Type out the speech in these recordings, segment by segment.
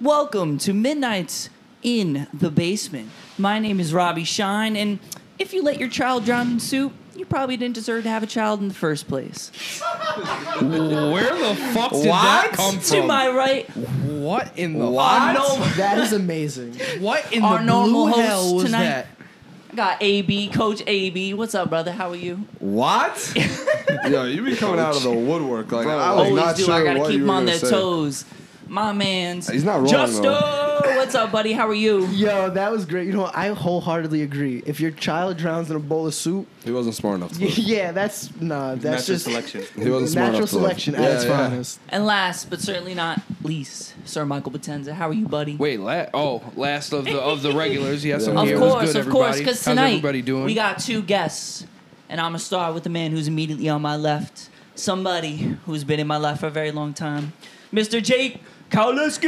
Welcome to Midnight's in the Basement. My name is Robbie Shine, and if you let your child drown in soup, you probably didn't deserve to have a child in the first place. Where the fuck did What? that come To from? my right, what in the What? no- That is amazing. What in Our the normal blue host hell was tonight. that? I got AB, Coach AB. What's up, brother? How are you? What? Yo, you be coming out of the woodwork like I was Always not do. sure I gotta what keep you them were on gonna their say. toes. My man's. He's not wrong, Justo, though. what's up, buddy? How are you? Yo, that was great. You know, I wholeheartedly agree. If your child drowns in a bowl of soup, He wasn't smart enough. To live. yeah, that's nah. That's Natural just selection. He wasn't smart natural enough to live. selection at Yeah, its yeah. finest. And last but certainly not least, Sir Michael Potenza. How are you, buddy? Wait, la- oh, last of the of the regulars. Yes, I'm Of here. Of What's course, good, of course, everybody? because How's tonight everybody doing? we got two guests, and I'm gonna start with the man who's immediately on my left, somebody who's been in my life for a very long time, Mr. Jake Kowalski.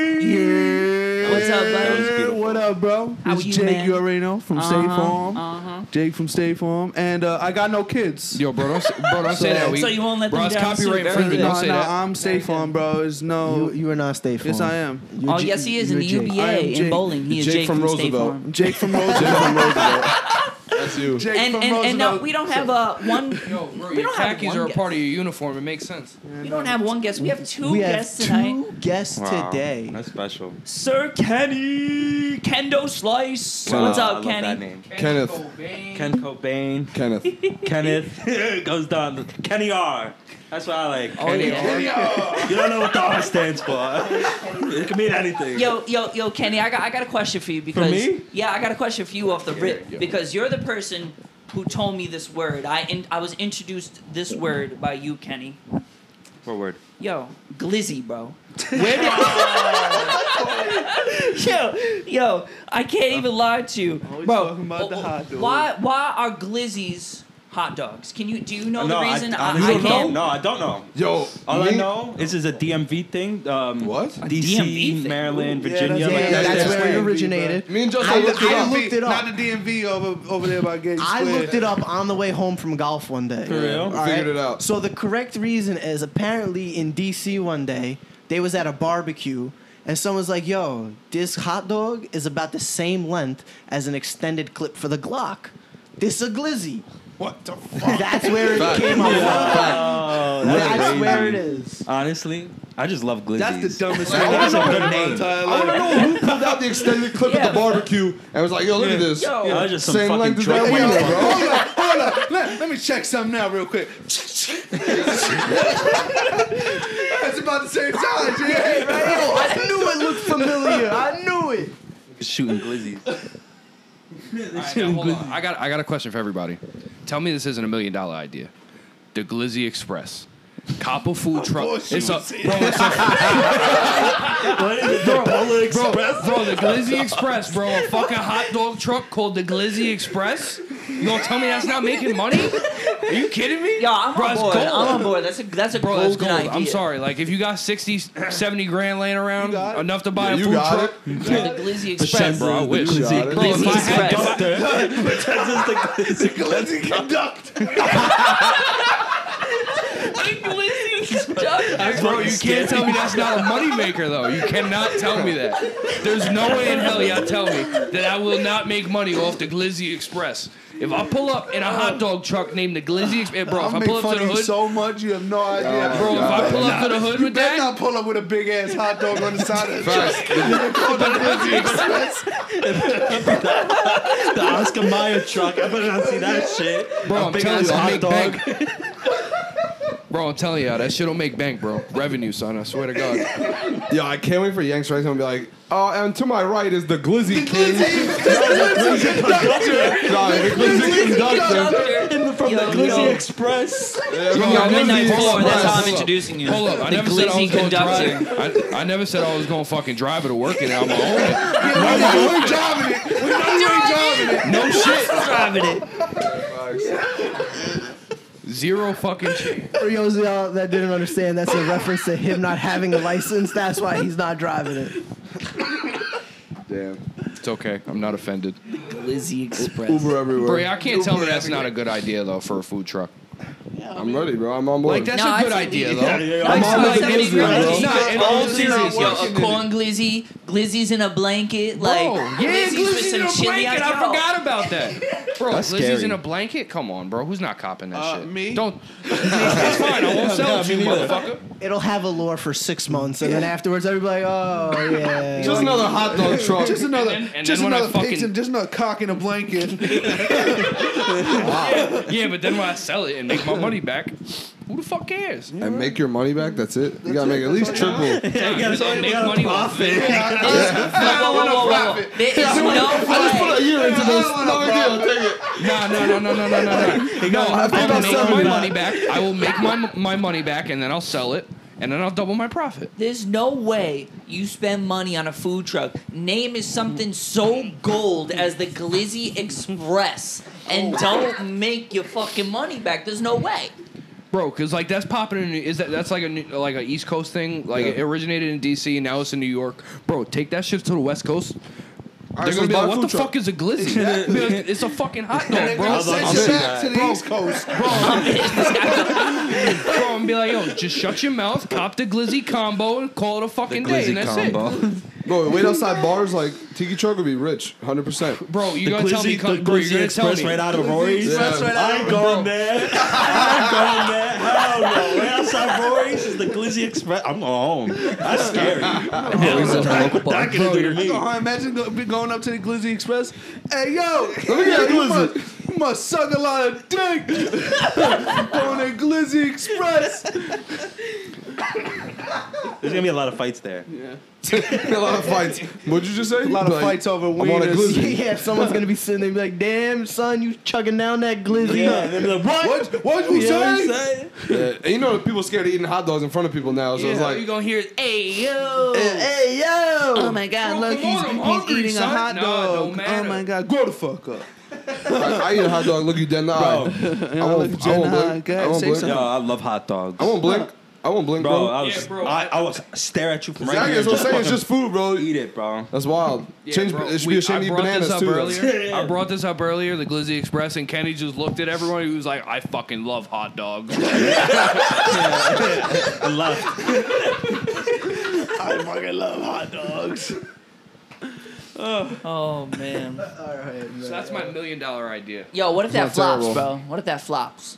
What's up, buddy? beautiful. what up, bro? How it's are you, Jake, man? Uh-huh, you already know, from State Farm. Jake from State Farm. And uh, I got no kids. Yo, bro, don't, s- bro, don't say that. We, So you won't let bro, them it's down soon, copyright very infringement. good. Don't no, say no, that. I'm State Farm, bro. It's no. You, you are not stay for yes, I am. You're Oh J- yes, he is in you're the Jake. UBA I am in Jake- bowling. He is Jake Jake, from State Roosevelt. Farm. Jake from Roosevelt. That's you. Jake And from and, and no, Roosevelt. we don't have uh, one. Yo, bro, We your don't have khakis one are a guest. part of your uniform. It makes sense. We don't have one guest. We have two We have guests tonight. two guests today. That's special. Sir Kenny Kendo Slice. Wow, What's I up, love Kenny? That name. Kenneth. Ken Cobain. Kenneth. Kenneth goes down. Kenny R. That's what I like. Oh yeah. You don't know what the R stands for. it can mean anything. Yo, yo, yo, Kenny, I got, I got a question for you because me? yeah, I got a question for you off the rip because you're the person who told me this word. I in, I was introduced this word by you, Kenny. What word? Yo, glizzy, bro. Where did yo, yo, I can't even lie to you, Always bro. talking about the hot dog. Why, why are glizzies hot dogs? Can you do you know the reason? I, I, honestly don't can't. know. No, I don't know. Yo, All I me- know is this is a DMV thing. Um, What? A DC, DMV thing? Maryland, Ooh. Yeah, Virginia. that's- like Yeah, that. that's, that's where where it it originated. Me and Justin I- looked it I up. looked it up. Not the DMV over over there by Gate I Square. looked it up on the way home from golf one day. For real? All Figured it out. So the correct reason is apparently in DC one day they was at a barbecue and someone's like, "Yo, this hot dog is about the same length as an extended clip for the Glock. This a glizzy." What the fuck? That's where it Fact. came up. Oh, that's That's crazy. where it is. Honestly, I just love glizzies. That's the dumbest I thing wanna I've know heard in that my name. entire I want to life. know who pulled out the extended clip Yeah. at the barbecue and was like, "Yo, look at this." Yo. Yeah, that's just some Same fucking length as that drug one, dealer. bro. Hold up, hold up. Let, let me check something out real quick. That's about the same size. Yeah, Yo, I knew it looked familiar. I knew it. shooting glizzies. All right, now, hold on. I got I got a question for everybody. Tell me this isn't a million dollar idea. The Glizzy Express. Copper food truck. course you It's a, would say bro, it's a what is it? The Polar Bro, Express? bro, the Glizzy Express, bro. A fucking hot dog truck called the Glizzy Express. You gonna tell me that's not making money? Are you kidding me? Yo, I'm bro, on that's board. gold. I'm on board. That's a that's a Bro, golden that's gold. idea. I'm sorry. Like, if you got 60, 70 grand laying around, got it. enough to buy a Yeah, you food got truck. it. Dude, the Glizzy Express. Shit, bro, I wish. You got it. Bro, if I had Express. dog- Pretends it's the glizzy. Let's conduct. Glizzy Express. Bro, you can't tell me that's not a moneymaker, though. You cannot tell me that. There's no way in hell y'all tell me that I will not make money off the Glizzy Express. If I pull up in a hot dog truck named the Glizzy Express, bro, if I I make pull up fun to the of you hood, so much, you have no idea. Bro, if I pull up to the hood you with better that, not pull up with a big ass hot dog on the side of the truck. Facts. Call the Glizzy Express. The Oscar Mayer truck. I better not see that shit. bro, A I'm big telling ass you, I'll hot make dog. bank. bro, I'm telling you, that shit'll make bank, bro. Revenue, son. I swear to God. Yo, I can't wait for Yanks right to be like, "Oh, and to my right is the Glizzy King." Sorry, the Glizzy Conductor. From the Glizzy Express. Yeah, bro, Yo, Glizzy midnight four. Express. That's how I'm Hold up. introducing you. Hold up, I the never said I glizzy was going to conductor. drive. I, I never said I was going to fucking drive it or work it out my own. We know you ain't driving it. We know you ain't driving it. No shit. Driving it. Zero fucking shit. For those of y'all that didn't understand, that's a reference to him not having a license. That's why he's not driving it. Damn. It's okay. I'm not offended. Glizzy Express. Uber everywhere. Bro, I can't tell me that's not a good idea, though, for a food truck. now. I'm ready, bro. I'm on board. Like that's No, a I good think- idea, though. Yeah, yeah, yeah. Like, I'm on like, with and it's Glizzy, not- bro. it's not. In all Glizzy, seriousness, yo, yo, a corn glizzy, glizzies in a blanket, like Bro, yeah, glizzies with glizzy's in some a chili on blanket. I top. forgot about that. Bro, That's glizzy's scary. in a blanket. Come on, bro. Who's not copping that Uh, shit? me? Don't. it's fine. I won't sell it to you, motherfucker. It'll have a lure for six months, and then afterwards, everybody, oh yeah. just another hot dog truck. Just another, And- and just then when I another fucking- pizza, just another cock in a blanket. Yeah, but then when I sell it and make my money back, who the fuck cares? and make your money back. That's it. You gotta make at least triple. Make money off it. Whoa, whoa, whoa, whoa, whoa. There is no I just put a year into this. No big deal. Take it. No, no, no, no, no, no, no, no. No, I think will I'll make sell my it. money back. I will make my my money back, and then I'll sell it, and then I'll double my profit. There's no way you spend money on a food truck. Name is something so gold as the Glizzy Express and don't make your fucking money back. There's no way. Bro, cause like that's popping in. Is that that's like a new- like a East Coast thing? Like it originated in D.C. and now it's in New York. Bro, take that shit to the West Coast. They're so gonna be buy like, a what food the truck." fuck is a glizzy? Be like, it's a fucking hot dog, bro. Bro, I'm send you back to the East Coast. bro, and be like, yo, just shut your mouth, cop the glizzy combo, and call it a fucking day, and that's it. Bro, wait outside bars like Tiki Truck would be rich, hundred percent. Bro, you The gonna tell me, Glizzy, co- the bro, you're Glizzy gonna tell Express me. right out of Rory's. Express right I ain't going there. I ain't going there. Hell no. Right outside Rory's is the Glizzy Express. I'm going home. That's scary. Hell no. That could do to me. Oh, imagine go, be going up to the Glizzy Express. Hey, yo, me get a you, glizzy. must, you must suck a lot of dick. going to Glizzy Express. There's gonna be a lot of fights there. a lot of fights. What'd you just say? A lot of fights over I'm on a wieners. glizzy. yeah, someone's gonna be sitting there, and be like, "Damn, son, you chugging down that glizzy." Yeah. and they'll be like, what? What? What'd you You know what I'm say? saying? Yeah, and you know, people scared of eating hot dogs in front of people now, so it's Like, you like, gonna hear, hey yo, Oh, Hey yo! Oh my god, look, he's- he's eating a hot dog. Oh my God, grow the fuck up. I, I eat a hot dog, look you dead in the eye. I look won't, you I dead in won't the eye. blink. Go ahead, I won't say blink. something. Yo, I love hot dogs. I won't blink. I won't blink, Bro, bro. I was, Yeah, bro. I, I was stare at you from right Exactly, here. that's what I'm Just saying. fucking It's just food, bro. eat it, bro. That's wild. Yeah, Change. bro, it should we- be a shame to I eat brought this bananas up too. Earlier. I brought this up earlier, the Glizzy Express, and Kenny just looked at everyone. He was like, "I fucking love hot dogs." I love. I fucking love hot dogs. Oh man. so that's my million dollar idea. Yo, what if that Not flops, terrible. bro? What if that flops?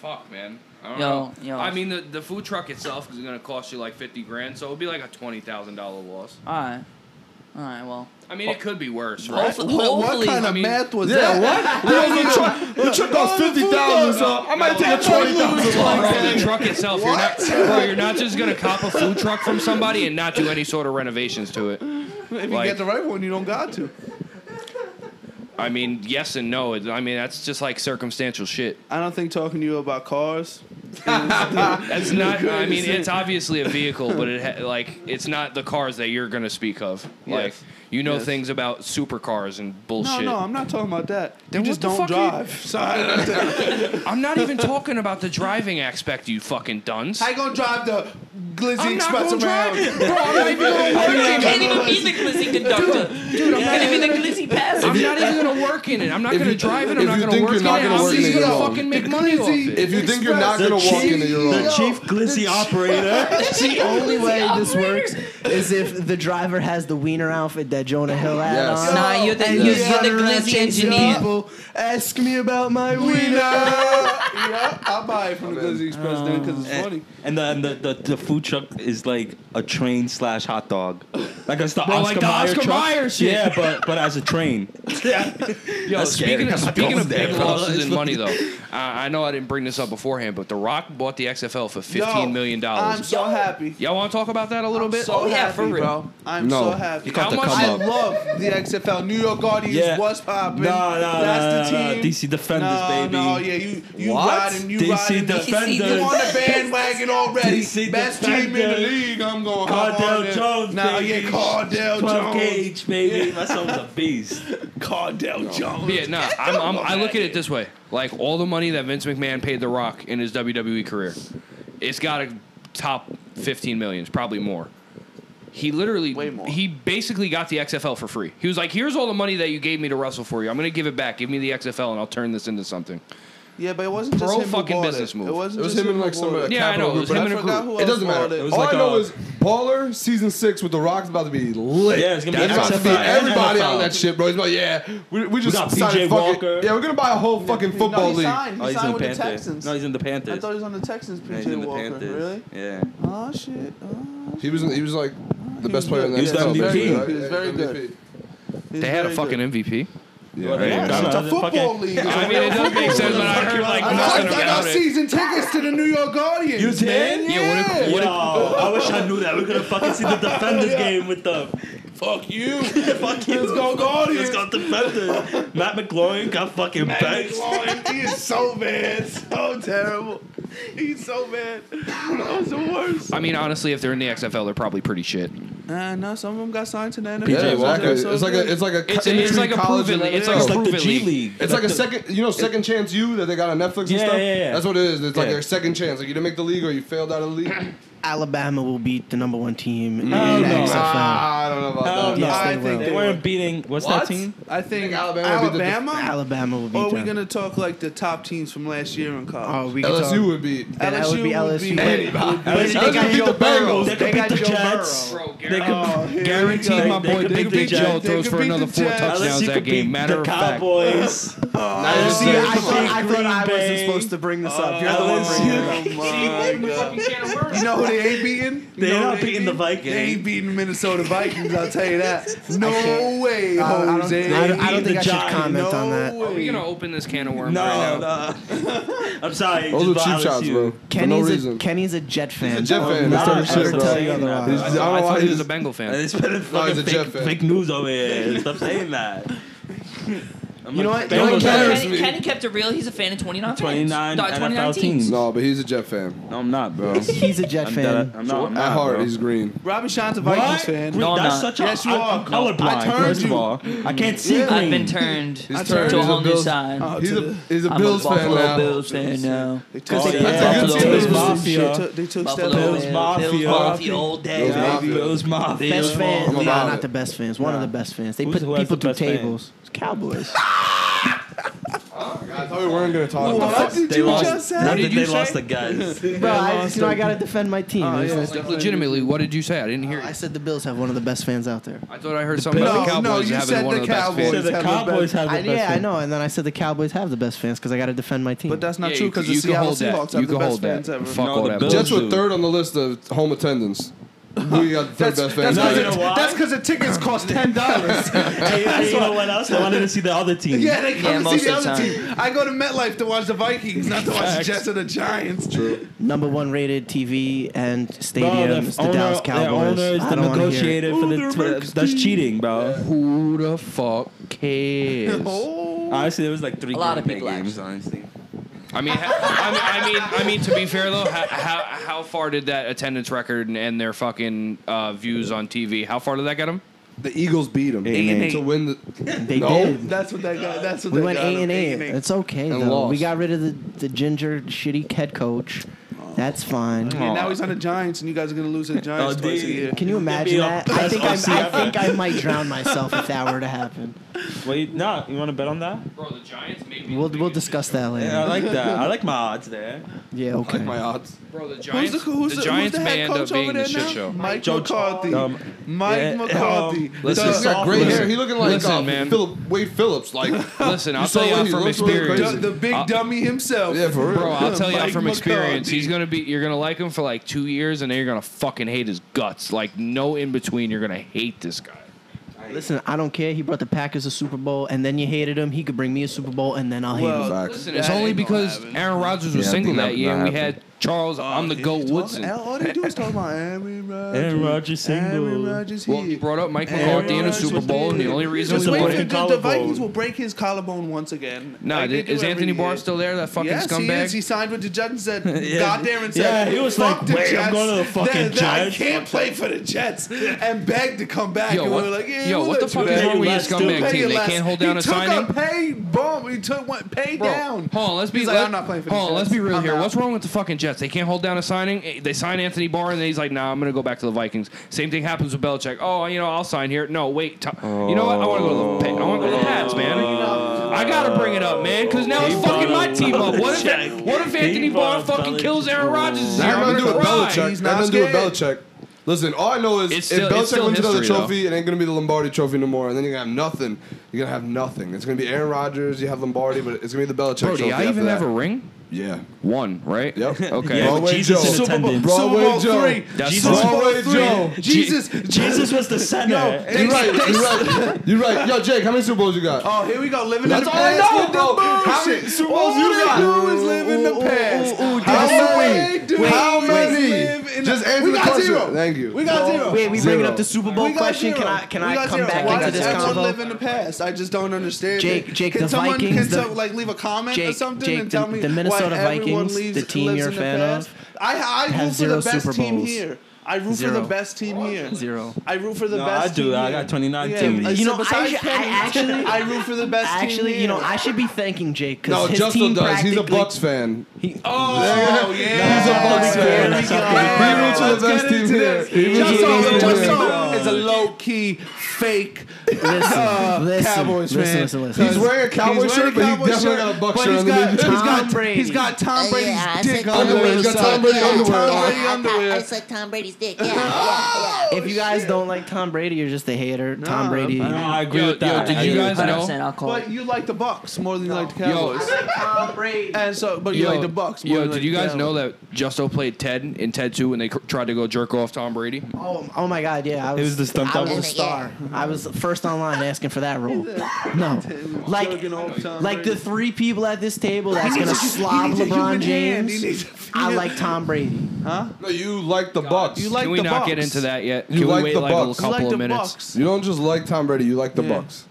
Fuck, man. I don't Yo, know. yo. I mean, the, the food truck itself is gonna cost you like fifty grand, so it'll be like a twenty thousand dollar loss. Alright. Alright, well. I mean, it could be worse, right? Hopefully, What, hopefully- kind I of mean- math was Yeah, that? what? The truck costs fifty thousand, so I might take a twenty thousand Bro, loss. the truck itself, you're not, bro, you're not just gonna cop a food truck from somebody and not do any sort of renovations to it. If you Like- get the right one, you don't got to. I mean, yes and no. It- I mean, that's just like circumstantial shit. I don't think talking to you about cars. That's not. I mean, it's obviously a vehicle, but it ha- like it's not the cars that you're gonna speak of. Like Yes. you know Yes. things about supercars and No, bullshit. no, I'm not talking about that. Then you just don't what the fuck are drive. Sorry. I'm not even talking about the driving aspect, you fucking dunce. I gonna drive the Glizzy I'm not Express gonna around. drive it, bro. I'm not even gonna work You in can't it. even be the glizzy conductor. Dude, I'm not even the glizzy passenger. I'm not even gonna work in it. I'm not If gonna you- drive it. if I'm not you gonna think work you're in it. not gonna I'm work just in it, gonna you're fucking make money off it. If you think you're not gonna walk into your own, the chief glizzy operator. The only way this works is if the driver has the wiener outfit that Jonah Hill had Yes. on. Nah, you're the, And you're, he's you're the running around glizzy chasing engineer. people, Ask me about my Nah. wiener. yeah, I'll buy it from the Glizzy Express then because it's funny. And the, and the, the the food truck is like a train slash hot dog, like it's the Bro, Oscar like the Mayer Oscar truck. Mayer shit. Yeah, but but as a train. Yo, That's scary. speaking of, I'm not speaking going of there, big bro. losses in money, though, I, I know I didn't bring this up beforehand, but The Rock bought the XFL for fifteen million I'm dollars. so happy. Y'all want to talk about that a little I'm bit? so Oh, yeah, happy, for real. bro. I'm No. so happy. You caught How the much- come I up. love the XFL. New York Guardians Yeah. was popping. Nah, nah, That's nah, nah, the nah. team. DC Defenders, no, baby. No, yeah, you you What? riding, you DC riding. the- Defenders. You on the bandwagon already. DC Best team in the Defenders. league. I'm going. Cardell Jones, Now baby. yeah, Cardell 12 Jones. gauge, baby. My son's a beast. Cardell Jones. Yeah, nah. I'm, I'm, I look at it this way: like all the money that Vince McMahon paid The Rock in his WWE career, it's got to top 15 millions, probably more. He literally, Way more. he basically got the XFL for free. He was like, "Here's all the money that you gave me to wrestle for you. I'm gonna give it back. Give me the XFL, and I'll turn this into something." Yeah, but it wasn't just Pro him who fucking bought business it. move. It wasn't It was just him and, who like, some, uh, bought it. Yeah, I capital know, it was group, him and a but I group. forgot who It else doesn't matter. bought It was All like I know a- is Baller season six with The Rock's about to be lit. Yeah, it's gonna be That's about to be XFL. everybody NFL. on that shit, bro. He's like, yeah, we, we just got decided PJ fuck it. Walker. Yeah, we're gonna buy a whole fucking no, football he league. Signed. He Oh, he's in signed the with the Panthers. Texans. No, he's in the I Panthers. thought he was on the Texans. Yeah, PJ he's in the Walker. Panthers. Really? Yeah. Oh shit. Oh, He was he was like the best player in that. He was the NFL, MVP. basically, right? He was very Yeah, good. MVP. he's They had a very fucking good. MVP. Yeah, They right. got It's a the football fucking- league. I mean, it does make sense, but I heard like I got, nothing I got about it. season tickets to the New York Guardians. You did? Man. Yeah. Yeah, what a- Yo, I wish I knew that. We're gonna fucking see the Defenders game with them. Fuck you. Fuck you. Let's go Guardians. Let's go Defenders. Matt McLaurin got fucking benched. he is so bad. So terrible. He's so bad. That was the worst. I mean, honestly, if they're in the XFL, they're probably pretty shit. Uh, no, some of them got signed to the NFL. Yeah, exactly. They're so It's like a good. it's like a It's, co- it's industry like a college proven, in it's the like NFL. a Like the proven G league. League. It's like, a second, you know, second chance you that they got on Netflix and Yeah, stuff. yeah, yeah. That's what it is. It's like Yeah. their second chance. Like you didn't make the league or you failed out of the league. Alabama will beat the number one team in Hell the no. XFL. Ah, I don't know about that. Yes, I they will. think They weren't beating. What's that team? I think Alabama Alabama. would be the- Alabama will beat Or are we them. gonna talk like the top teams from last year in college? oh, we can LSU talk. would be. Then that would be LSU. They They got could beat the Bengals. They could beat the Jets. They could Guaranteed my They boy could Big beat Big Joe the Jets. throws for They could beat another the four Jets. touchdowns LSU that could beat game. Matter the of fact, Cowboys. See, Yeah. I thought, I, Green thought I wasn't Bay. supposed to bring this up. You're the one LSU. bringing it up. You know who they ain't beating? You They're know who not they beating the Vikings. They ain't beating the Minnesota Vikings. I'll tell you that. No way, I don't- I don't- Jose. I don't- I beat don't think I the should Giants. comment no on that. are we Way. gonna open this can of worms No, right now? no. I'm sorry. Those just are cheap LSU. shots, bro. For no Kenny's, a, reason. Kenny's a Jet fan. Oh, a Jet Don't fan. not That's ever different shit, tell bro. you otherwise. He's- I don't know I why thought he he's- was a Bengal fan. They spreading he's fucking a Jet fake, fan. fake news over here. Stop saying that. I'm You know what? like, You know what, Bengals are Kenny- Kenny, Kenny kept it real. He's a fan of 29 fans. 29 Uh, 29 NFL teams. No, but he's a Jet fan. No, I'm not, bro. He's a Jet I'm fan. dead- I'm not. I'm not, At heart, bro. he's green. Robbie Sean's a Vikings fan. Wait, No, I'm that's not. such a. Yes, you I- are. I'm colorblind. I turned first you. of all, I can't see green. I've been turned He's to a He's whole new Bills- side. Oh, He's to a the- he's a I'm Bills a Buffalo fan now. Bills fan now. They took, Oh, yeah. they took That's a good team. Bills. Mafia. They took, they took Buffalo steps. Bills Bills Mafia. Bills Mafia all Bills day. Mafia. Bills Mafia. Best fan. I'm Nah, about not it. the best fans. One of the best fans. They Who's- put who has people the through best fan? tables. It's Cowboys. I thought we weren't gonna talk about What did They you lost- just Not say? What did that you they lost say? the guys. Bro, I, just- you know, I gotta defend my team. Oh, It's yeah. just- Like, legitimately, what did you say? I didn't hear I you. said the Bills have one of the best fans out there. I thought I heard something about the No, no, Cowboys you having said one the of the best fans. Cowboys. the have the Cowboys best- have the I, best. yeah, I fan. know. And then I said the Cowboys have the best fans because I gotta defend my team. But that's not Yeah, true you because could- the you could Seattle hold that. Seahawks You have the could best hold that. fans ever. Fuck No, all the that. Bills- bullshit. Jets were third on the list of home attendance. We got the third best fans. That's No, you because know the, why? that's 'cause the tickets cost ten dollars. Hey, hey, you know what else? I wanted to see the other team. yeah, they Yeah, come to most see the of the other time. team. I go to MetLife to watch the Vikings, not to watch the Jets or the Giants. Number one rated TV and Bro, the stadiums, the, owner- Dallas Cowboys. The owner is I the don't wanna hear it. negotiator for the. for the- That's cheating, bro. Who the fuck cares? Oh. Honestly, there was like three. A lot of Green Bay people games, actually. honestly. I mean, ha- I mean, I mean, I mean. To be fair though, how how, how far did that attendance record and, and their fucking uh, views on TV? How far did that get them? The Eagles beat him and to eight. win the They No. did. That's what that guy. That's what We that went guy eight and did. eight. It's okay And though. lost. We got rid of the, the ginger shitty head coach. That's fine. And now he's on the Giants, and you guys are gonna lose to the Giants Oh, twice a dude. year. Can you imagine a that? I best think I, I OC think I might drown myself if that were to happen. Wait, no, you want to bet on that? Bro, the Giants made me. We'll we'll discuss that Yeah, I later. like that. I like my odds there. Yeah. Okay. my odds. Bro, the Giants. Who's the, who's the, Giants who's the may head end up coach over being there the shit now? show. Mike Joe- McCarthy. Um, Mike yeah, McCarthy. um, listen, The- He's got great Listen, hair. He looking like listen, uh, man. Philip Wade Phillips. Like Listen, I'll saw tell what you he from looks really experience. crazy. The, the big Uh, dummy himself. yeah, for real. Bro, I'll tell you Mike from experience. McCarthy. He's gonna be. You're gonna like him for like two years, and then you're gonna fucking hate his guts. Like no in between. You're gonna hate this guy. Listen, I don't care. He brought the Packers a Super Bowl, and then you hated him. He could bring me a Super Bowl, and then I'll hate Well, him. Facts. Listen, it's That only ain't gonna because happen. Uh, Aaron Rodgers was Yeah, I single think that that- year, and we that had Charles. I'm the He's goat talking- Woodson. All they do is talk about Aaron Rodgers. Aaron Rodgers Aaron single. Rodgers Well, you here. brought up Mike Aaron McCarthy in a Rodgers Super was Bowl, and the there. only reason Just we wait won for the, it. the collarbone. Vikings will break his collarbone once again. No, Like they do is every Anthony year. Barr still there? That fucking yes, scumbag. He, is. he signed with the Jets and said, got there and said, Yeah, he was Fuck like, the "Wait, I'm Jets. going to the fucking That- that Jets." I can't play for the Jets and begged to come back. Yo, and what, we were like, yeah, yo, we'll what the let you fuck back. is pay wrong with less, this still scumbag Pay team? They less. can't hold he down a took signing. a pay bump. He took one pay Bro, down. Hold on, let's be He's like, let- I'm not playing for the Hold on, let's Jets. be real I'm here. out. What's wrong with the fucking Jets. They can't hold down a signing. Eh, They sign Anthony Barr, and then he's like, "Nah, I'm going to go back to the Vikings." Same thing happens with Belichick. Oh, you know, I'll sign here. No, wait. T- You know what? I want to go to the Pa- I want to go to the Pats, man. I gotta bring it up, man, because now it's fucking my team up. What if Belichick. what if He Anthony Barr brought fucking Belichick. kills Aaron Rodgers? That this year? had I'm nothing to do gonna with cry. Belichick. He's That had not nothing to do with scared. Belichick. Listen, all I know is It's still- if it's Belichick still wins another history, trophy, it ain't gonna be the Lombardi Trophy no more, and then you're gonna have nothing. You're gonna have nothing. It's gonna be Aaron Rodgers. You have Lombardi, but it's gonna be the Belichick Bro, Trophy. did I after even that. have a ring? Yeah. One, right? Yep. Okay. Yeah, Broadway with Jesus Joe. in Super attendance. Broadway Bowl Joe. three. That's Jesus- fine. Broadway Joe. Jesus. Jesus was the center. You're right. You're right. You're right. Yo, Jake, how many Super Bowls you got? Oh, here we go. Living That's in the all I past know, with the bro. How bullshit. many Super Bowls all you they got? do is live in the past. How many? do How is many? live in Just the- answer We the got question. zero. Thank you. We got zero. Wait, we Zero. bringing up the Super Bowl We got question. zero. Can I can We I got come zero. back Why into does this everyone convo? live in the past? I just don't understand. Jake- it. Jake, can the someone, Can Vikings, the- someone like leave a comment or Jake, something Jake, and the- tell me the Minnesota why everyone Vikings, leaves, the team lives you're a in the fan past? of, I I has root for zero the best Super team Bowls. here. I root for Zero. the best team here. Zero. I root for the No, best. I do. Team I here. got 29 teams. but You know, so besides I- I Penny, actually- I root for the best. team Actually, you here. know, I should be thanking Jake because No, his Justin team does. He's a practically- Bucks fan. Oh yeah, He's a Bucks fan. There we go. He roots for the Let's best get team into here. this. He roots for the Justin, best team here. Justin is a low key fake Listen, listen, Cowboys listen, fan. listen, listen. He's wearing a He's cowboy wearing shirt, but he cowboy definitely shirt, got a Bucks but shirt he's got- underneath. He's got, Tom Brady. he's got Tom Oh, Brady's yeah, I dick said on Underwear. He's got Tom Brady yeah, underwear. yeah, Tom Brady I- underwear. I, I suck Tom Brady's dick. Yeah, yeah, yeah. If you guys don't like Tom Brady, you're just a hater. Tom Brady. No, I agree Yo, with that. yo, I did you agree. guys know? 100% I'll call it. But you like the Bucks more than you like the Yo, Cowboys. it's- Tom Brady. and so, but you like the Bucks more Yo, than did like you the guys Cowboys. know that Justo played Ted in Ted 2 when they cr- tried to go jerk off Tom Brady? Oh, oh my God, yeah. I was, It was the stumped I up was one. a star. I was first online asking for that role. No, like, Jerking off Tom like Brady. the three people at this table that's He gonna needs a- slob he needs a LeBron human hand. He James. needs a- I like Tom Brady. No, you like the Bucks. You like Can we the not Bucks. get into that yet? You Can like we wait the like a Bucks. You couple like of the minutes? Bucks. You don't just like Tom Brady. You like the Yeah. Bucks.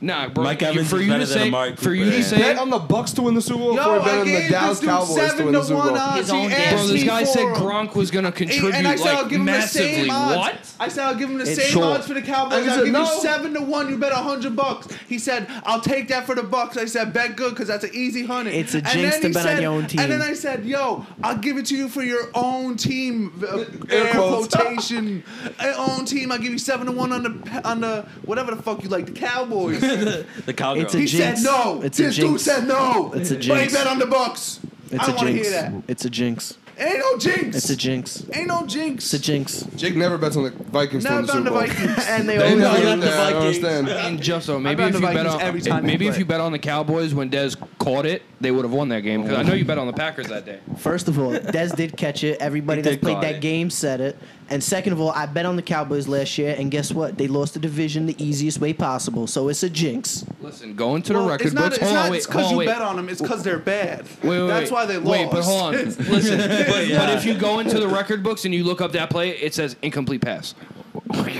Nah, bro. Mike you- Evans for is you better to than say, Amari for you to Cooper. say, Bet on the Bucks to win the Super Bowl. Yo, before I bet on the gave Dallas this dude Cowboys to seven win the to Super one Bowl. odds. His He own asked damn bro, this me guy for said him. Gronk was gonna contribute And I said I'll like give him the massively. same odds. what? I said I'll give him the It's same short. odds for the Cowboys. And he I'll said, give "No." you seven to one. You bet a hundred bucks. He said I'll take that for the bucks. I said bet good because that's an easy hundred. It's a And jinx then to he bet on said- your own team. And then I said, yo, I'll give it to you for your own team. uh, Air Air quotes. quotation. Air own team. I'll give you seven to one on the on the whatever the fuck you like the Cowboys. The cowgirl. It's a he jinx. said no. It's a this dude jinx. said no. It's a But he jinx. bet on the bucks. It's I a don't want to jinx. hear that. It's a jinx. Ain't no jinx. It's a jinx. Ain't no jinx. It's a jinx. Jake never bets on the Vikings to Now win the about Super the Bowl. Vikings. And they They always never win. get that. I don't understand. And Justo, maybe bet if the you bet Vikings on every time they maybe if play. you bet on the Cowboys when Dez caught it, they would have won that game. Because I know you bet on the Packers that day. First of all, Des did catch it. Everybody He that's did played caught that it. game said it. And second of all, I bet on the Cowboys last year, and guess what? They lost the division the easiest way possible. So it's a jinx. Listen, going to the Well, record it's not, books. It's hold not on, wait, hold because on, you wait. bet on them. It's because they're bad. Wait, wait, That's wait. why they lost. Wait, but hold on. Listen, but, but if you go into the record books and you look up that play, it says incomplete pass.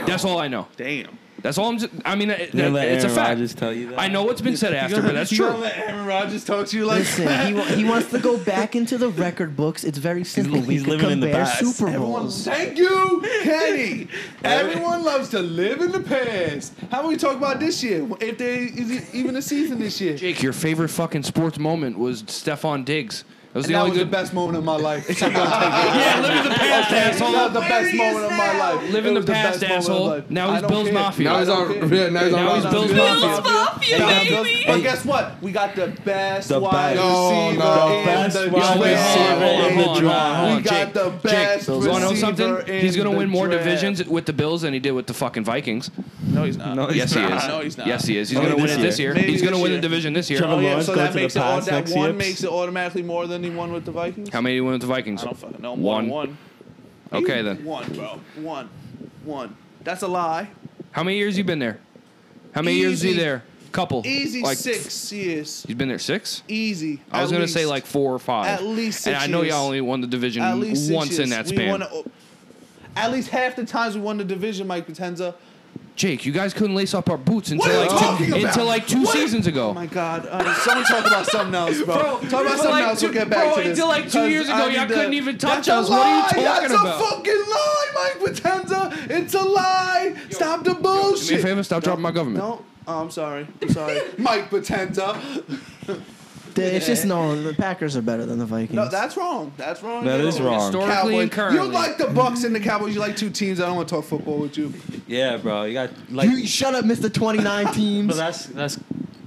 That's all I know. Damn. That's all I'm. Just, I mean, it, You're gonna let it's a Aaron fact. Rodgers tell you that? I know what's been said after, but that's You true. gonna let Aaron Rodgers talk to you like Listen, he, wa- he wants to go back into the record books. It's very simple. we he's could living in the compare past. Super Everyone, Bowls. "Um, thank you, Kenny. Everyone loves to live in the past. How about we talk about this year? If there is even a season this year, Jake, your favorite fucking sports moment was Stefan Diggs. That was and the that only was the good. best moment of my life. I'm gonna take it. yeah, live in the past, That was the asshole. best moment of my life. Live in It the was past, best moment of my asshole. life. Now I he's don't Bill's care. Mafia. Now he's on. Yeah, now he's on. Now he's Rodgers. Bill's Bills Mafia. But guess what? We got the best The best. wide No, receiver no. in Best the wide draft. Yo, wait, hold on, hold on, in the hold on, draft. hold on, We got Jake, the best Jake, wanna know receiver something? in He's gonna the win more draft. divisions with the Bills than he did with the fucking Vikings. No, he's not. No, he's yes, he not. is. No, he's not. Yes, he is. He's Only gonna win this it this year. year. Maybe he's gonna this win year. the division this year. Trevor Oh, yeah, Lawrence so goes that to the makes it all, Pats that next one year. makes it automatically more than he won with the Vikings. How many did he win with the Vikings? I don't fucking know. One. One. One. Okay then. One, bro. One. One. That's a lie. How many years you been there? How many years is he Easy- there? Couple. Easy Like, six years. He's been there six. Easy. I was At gonna say least. like four or five. At least And six I know years. y'all only won the division at least six once in years. that We span. won a- at least half the times we won the division, Mike Potenza. Jake, you guys couldn't lace up our boots until are you like talking two, about? until like two seasons ago. Oh my God! Uh, someone talk about something else, bro. talk about something like else. two- we'll get back bro, to this. until like two 'Cause years ago, I need y'all to- couldn't even touch That's a us. What are you lie. talking That's about? a fucking lie, Mike Potenza. It's a lie. Stop the bullshit. Do me a favor, stop dropping my government. No. Oh, I'm sorry. I'm sorry. Mike Potenza. It's just no. The Packers are better than the Vikings. No, that's wrong. That's wrong. That You is know, wrong. Historically and Cowboys. currently. You like the Bucks and the Cowboys. You like two teams. I don't want to talk football with you. Yeah, bro. You got like. you shut up, Mr. 29 but teams. that's that's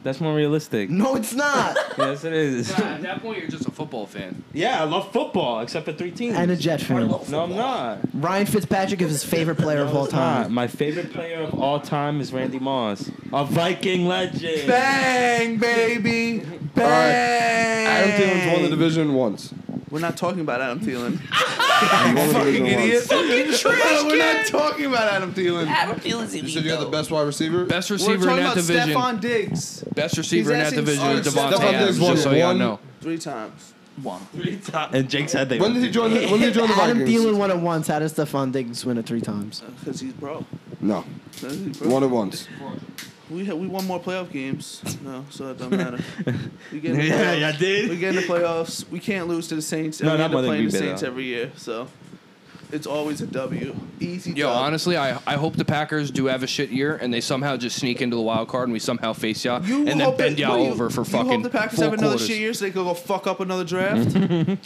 that's more realistic. No, it's not. yes, it is. Nah, at that point, you're just a football fan. Yeah, I love football except for three teams. And a Jet fan. no, I'm not. Ryan Fitzpatrick is his favorite player of all It's not. time. My favorite player of all time is Randy Moss, a Viking legend. Bang, baby. Bang. Adam Thielen's won the division once. We're not talking about Adam Thielen. He won the division Idiot. once. We're not talking about Adam Thielen. Adam Thielen's elite. You said you had the though. best wide receiver. Best We're receiver in talking that about division. Stephon Diggs Best receiver in that asking- division Oh, is Devontae Stephon Adams. Diggs won Just so y'all one. know. three times. And Jake said they. When did he join? The, when did he join the Adam Vikings? Thielen won it once. How does Stephon Diggs win it three times? Because he's broke. No, Because he's broke. won it once. We ha- we won more playoff games. No, so that don't matter. We get in the Yeah, playoffs. yeah, I We did. get in the playoffs. We can't lose to the Saints. And No, we not end more up than playing we the been, Saints though. every year, so it's always a W. Easy. Yo, dub. honestly, I, I hope the Packers do have a shit year and they somehow just sneak into the wild card and we somehow face y'all You and hope then bend that- y'all what, you- over for You fucking hope the Packers four have another quarters. Mm-hmm. shit year so they could go fuck up another draft.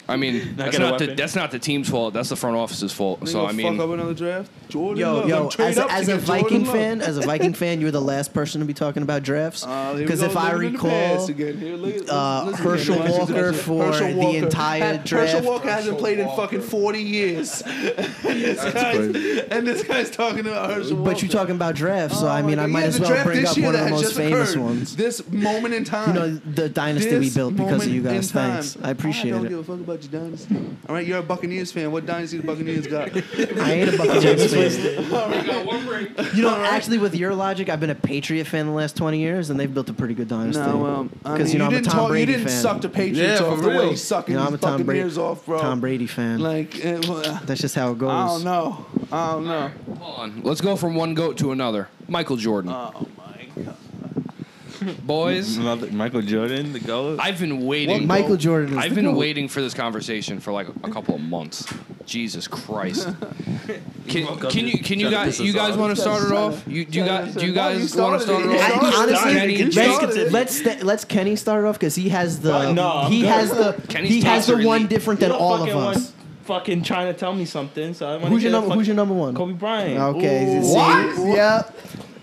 I mean, that's get a not the, weapon. that's not the team's fault. That's the front office's fault. They So go I fuck up mean, another draft. Jordan Yo, Love, yo, them trade as, a- up to as a get Jordan Viking Love. fan, as a Viking fan, you were the last person to be talking about drafts. Uh, here we Because go, if I living in the recall, past again. Here, look at- uh, listen, Herschel listen, listen, Walker listen. for Herschel the Walker. entire draft. Herschel Walker hasn't played in fucking 40 years. and, this guy's, crazy. and this guy's talking about Herschel Walker. but you're talking about drafts, so I Oh mean, my I God. might Yeah, as the well draft bring this up year one of that the has most just famous occurred. ones. This moment in time. You know, the dynasty we This built because of you moment guys. in time. Thanks, I appreciate I don't it. give a fuck about your dynasty. All right, you're a Buccaneers fan. What dynasty the Buccaneers got? I ain't a Buccaneers fan. You know, All right. actually, with your logic, I've been a Patriot fan the last 20 years, and they've built a pretty good dynasty. No, um, I 'Cause, mean, you know, I'm a didn't Tom talk, Brady you didn't fan. suck the Patriots Yeah, off for the way real. he's sucking You know, I'm a these Tom fucking Brady, ears off, bro. Tom Brady fan. Like, eh, well, That's just how it goes. I don't know. I don't know. hold on. Let's go from one goat to another. Michael Jordan, Oh my god. boys. Another- Michael Jordan, the goat. I've been waiting. Michael Jordan is I've the been GOAT. waiting for this conversation for like a couple of months. Jesus Christ! Can, can you can you guys you guys want to start it off? You do you guys do you No, you guys want to start started it it. off? I- Started honestly, it. You let's, started it. let's sta- let's Kenny start off because he has the What? No, I'm he good. has the Kenny's he has thoughts are the one elite. different than You don't all of fucking us. want- Fucking trying to tell me something, so I want Who's your number? Who's your number one? Ah, Kobe Bryant. Okay. see? Yep.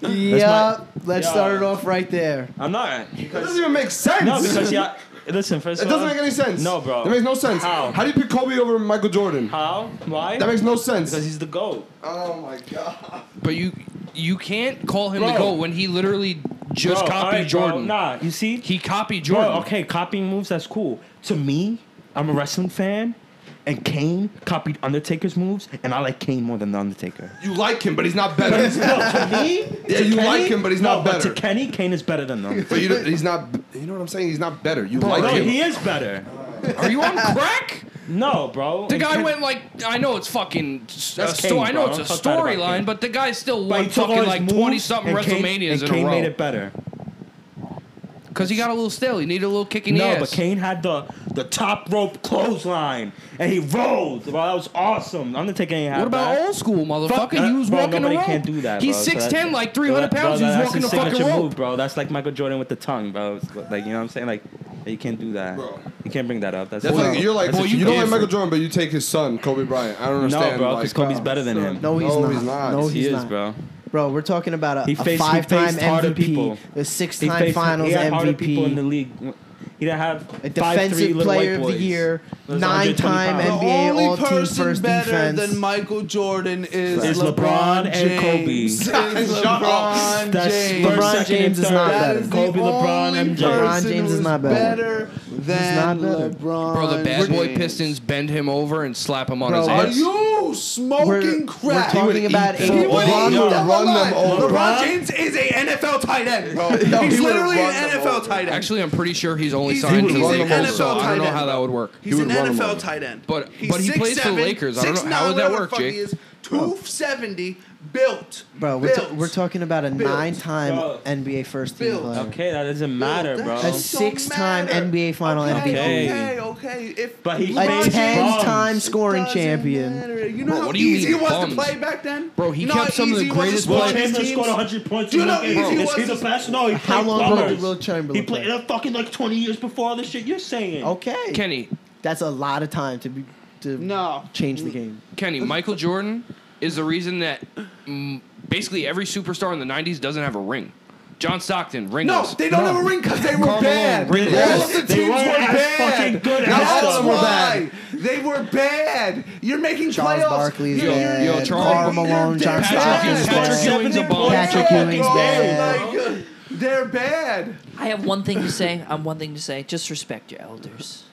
Yep. Let's start it off right there. I'm not. That doesn't even make sense. No, because yeah. Listen, first It of all, doesn't make any sense. No, bro. That makes no sense. How? How do you pick Kobe over Michael Jordan? How? Why? That makes no sense. because he's the goat. Oh my god. But you you can't call him the Bro. goat when he literally just Bro, copied alright, bro. Jordan. Nah, you see, He copied Bro, Jordan. okay, copying moves, that's cool. To me, I'm a wrestling fan, and Kane copied Undertaker's moves, and I like Kane more than the Undertaker. You like him, but he's not better. to me, Yeah, you like him, but he's no, not but to better. Kenny, Kane is better than them. but you, don't- he's not. You know what I'm saying? He's not better. You no, like him. he is better. Are you on crack? No, bro. The And guy Ken- went like I know it's fucking. A That's sto- Kane, I know bro. it's a Don't talk bad about storyline, Kane. but the guy still but won he took all fucking his like moves, twenty something and Kane- WrestleManias and in a Kane made row it better. because he got a little stale. He needed a little kick in the No, ass. but Kane had the the top rope clothesline, and he rolled. Bro, that was awesome. Undertaker ain't had What about that. old school, motherfucker? that, he was bro, walking nobody the rope. can't do that. He's bro. So six ten, that's- like three hundred bro, pounds. Bro, He's that's walking the his fucking signature rope. move, bro. That's like Michael Jordan with the tongue, bro. It's like you know what I'm saying? Like you can't do that. Bro. You can't bring that up. That's, That's like, you're like Well, you, you don't like different. Michael Jordan, but you take his son Kobe Bryant. I don't understand. no, bro, like, because Kobe's better than him. No, he's No, not. he's not. No, he's He he is, not. bro. Bro, we're talking about a, He a faced- he five-time faced harder people. MVP, a He six-time faced Finals he had harder people in the MVP, league. He didn't have a five, three defensive little player white of the boys. year, Those nine-time 120 pounds. The NBA only All-Team person first better defense. than Michael Jordan is, Is LeBron and James. Kobe. Is LeBron That's James. first, LeBron second, and James is third. not That better. is Kobe, the LeBron, only and James. LeBron person James is who's not better. than not better. LeBron. Bro, the bad boy James. Pistons bend him over and slap him on Bro, his Are ass. you smoking We're, we're crack? talking about He a would LeBron eat would them run them alive. over. LeBron James is a NFL tight end, bro. he he's would literally run an them NFL over. tight end. Actually, I'm pretty sure he's only He's- signed to he's the an Lakers, so NFL I don't know tight how end. that would work. he's would an run them NFL over. tight end. But- He's but he plays for the 6'7", Lakers. I don't know- 6'9", how would that whatever the work, fuck Jake? He is 270 Built. Bro, we're, Built. t- we're talking about a Built. nine-time Bro. NBA first team Built. player. Okay, that doesn't matter, Yo, bro. that A don't six-time matter. NBA Final okay, MVP. MVP. Okay, okay. If But he A made ten-time bombs. scoring doesn't champion. matter. You know Bro, how what do you easy mean it was bums? to play back then? Bro, he you know kept how some of the easy it was to greatest play Will against Chamberlain teams? scored 100 points. Do you in know one how game. easy it Is he was the to- best? No, he How played long ago bombers. did Will Chamberlain He played play? uh, fucking like 20 years before all this shit you're saying. Okay. Kenny, That's a lot of time to be to No. change the game. Kenny, Michael Jordan is the reason that mm, basically every superstar in the '90s doesn't have a ring. John Stockton, No, ringless. they don't have a ring because they were Karl Malone, bad. ring All of loss. the teams They were weren't as bad. fucking good Now as that's them. why they were bad. You're making Charles playoffs. Barkley's You're- you're- bad. yo, you're Charles- making- Karl Malone, they're John bad. Stockton's Patrick bad. Ewing's a bum. Patrick They're Ewing's fucking bad. like, uh, They're bad. I have one thing to say. I'm one thing to say. Just respect your elders.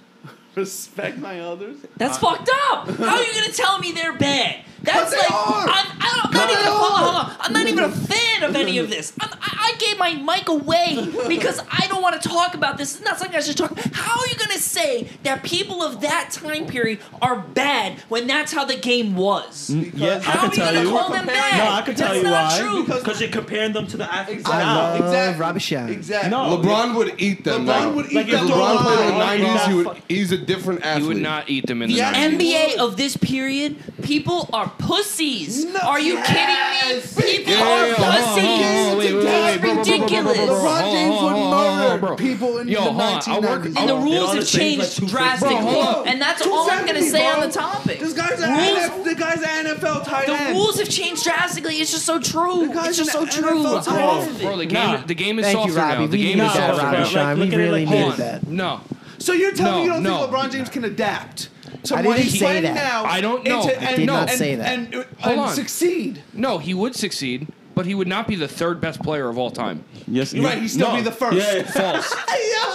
Respect my others. That's fucked up. How are you gonna tell me they're bad? But That's Uh, they like are. I'm, I don't, I'm not But even they a, hold on, are. hold on. I'm not even a fan of any of this. I'm, I, I gave my mic away because I don't want to talk about this. It's not something I should talk. How are you gonna say that people of that time period are bad when that's how the game was? Yeah, I How can are you tell gonna you. call them bad? No, I can tell that's you not why. True. Because you're comparing them to the athletes Exactly. now. love exactly. Robbie Shannon. Exactly. No. LeBron would eat them. now. LeBron would eat Like, them. if LeBron LeBron played in would the not '90s. He would. fuck- He's a different athlete. He would not eat them in the Yeah. '90s. NBA of this period, people are pussies. No. Are you Yes. kidding me? People Yeah, are yeah, hold on, pussies. hold on, wait, wait, That's wait, bro, bro, bro, bro, bro, ridiculous. bro, bro, bro, LeBron hold on, James hold would on, hold on, murder bro. people in Yo, the hold on, I work- 1990s. I And the work- It rules all have just seems like changed two fifty. drastically, Bro, hold up. and that's all I'm gonna 270, say on bro. the topic. This guy's an rules, NFL, the guy's an NFL tight the end. rules have changed drastically. It's just so true. guy's It's just so an true. NFL I'm off of Bro, it. the game, Nah. the game is Thank softer you, Robbie. now. The we game needed is No, softer. that, bro. Robbie Like, Shine. look We at it really like- needed Hold that. on. No. So you're telling me No, you don't no. think LeBron James can adapt to I what didn't he's say playing that. now? I don't know. into- I did not and, say that. And, and, Hold on. succeed. No, he would succeed, but he would not be the third best player of all time. Yes, You're right. He'd still no. be the first. Yeah, False.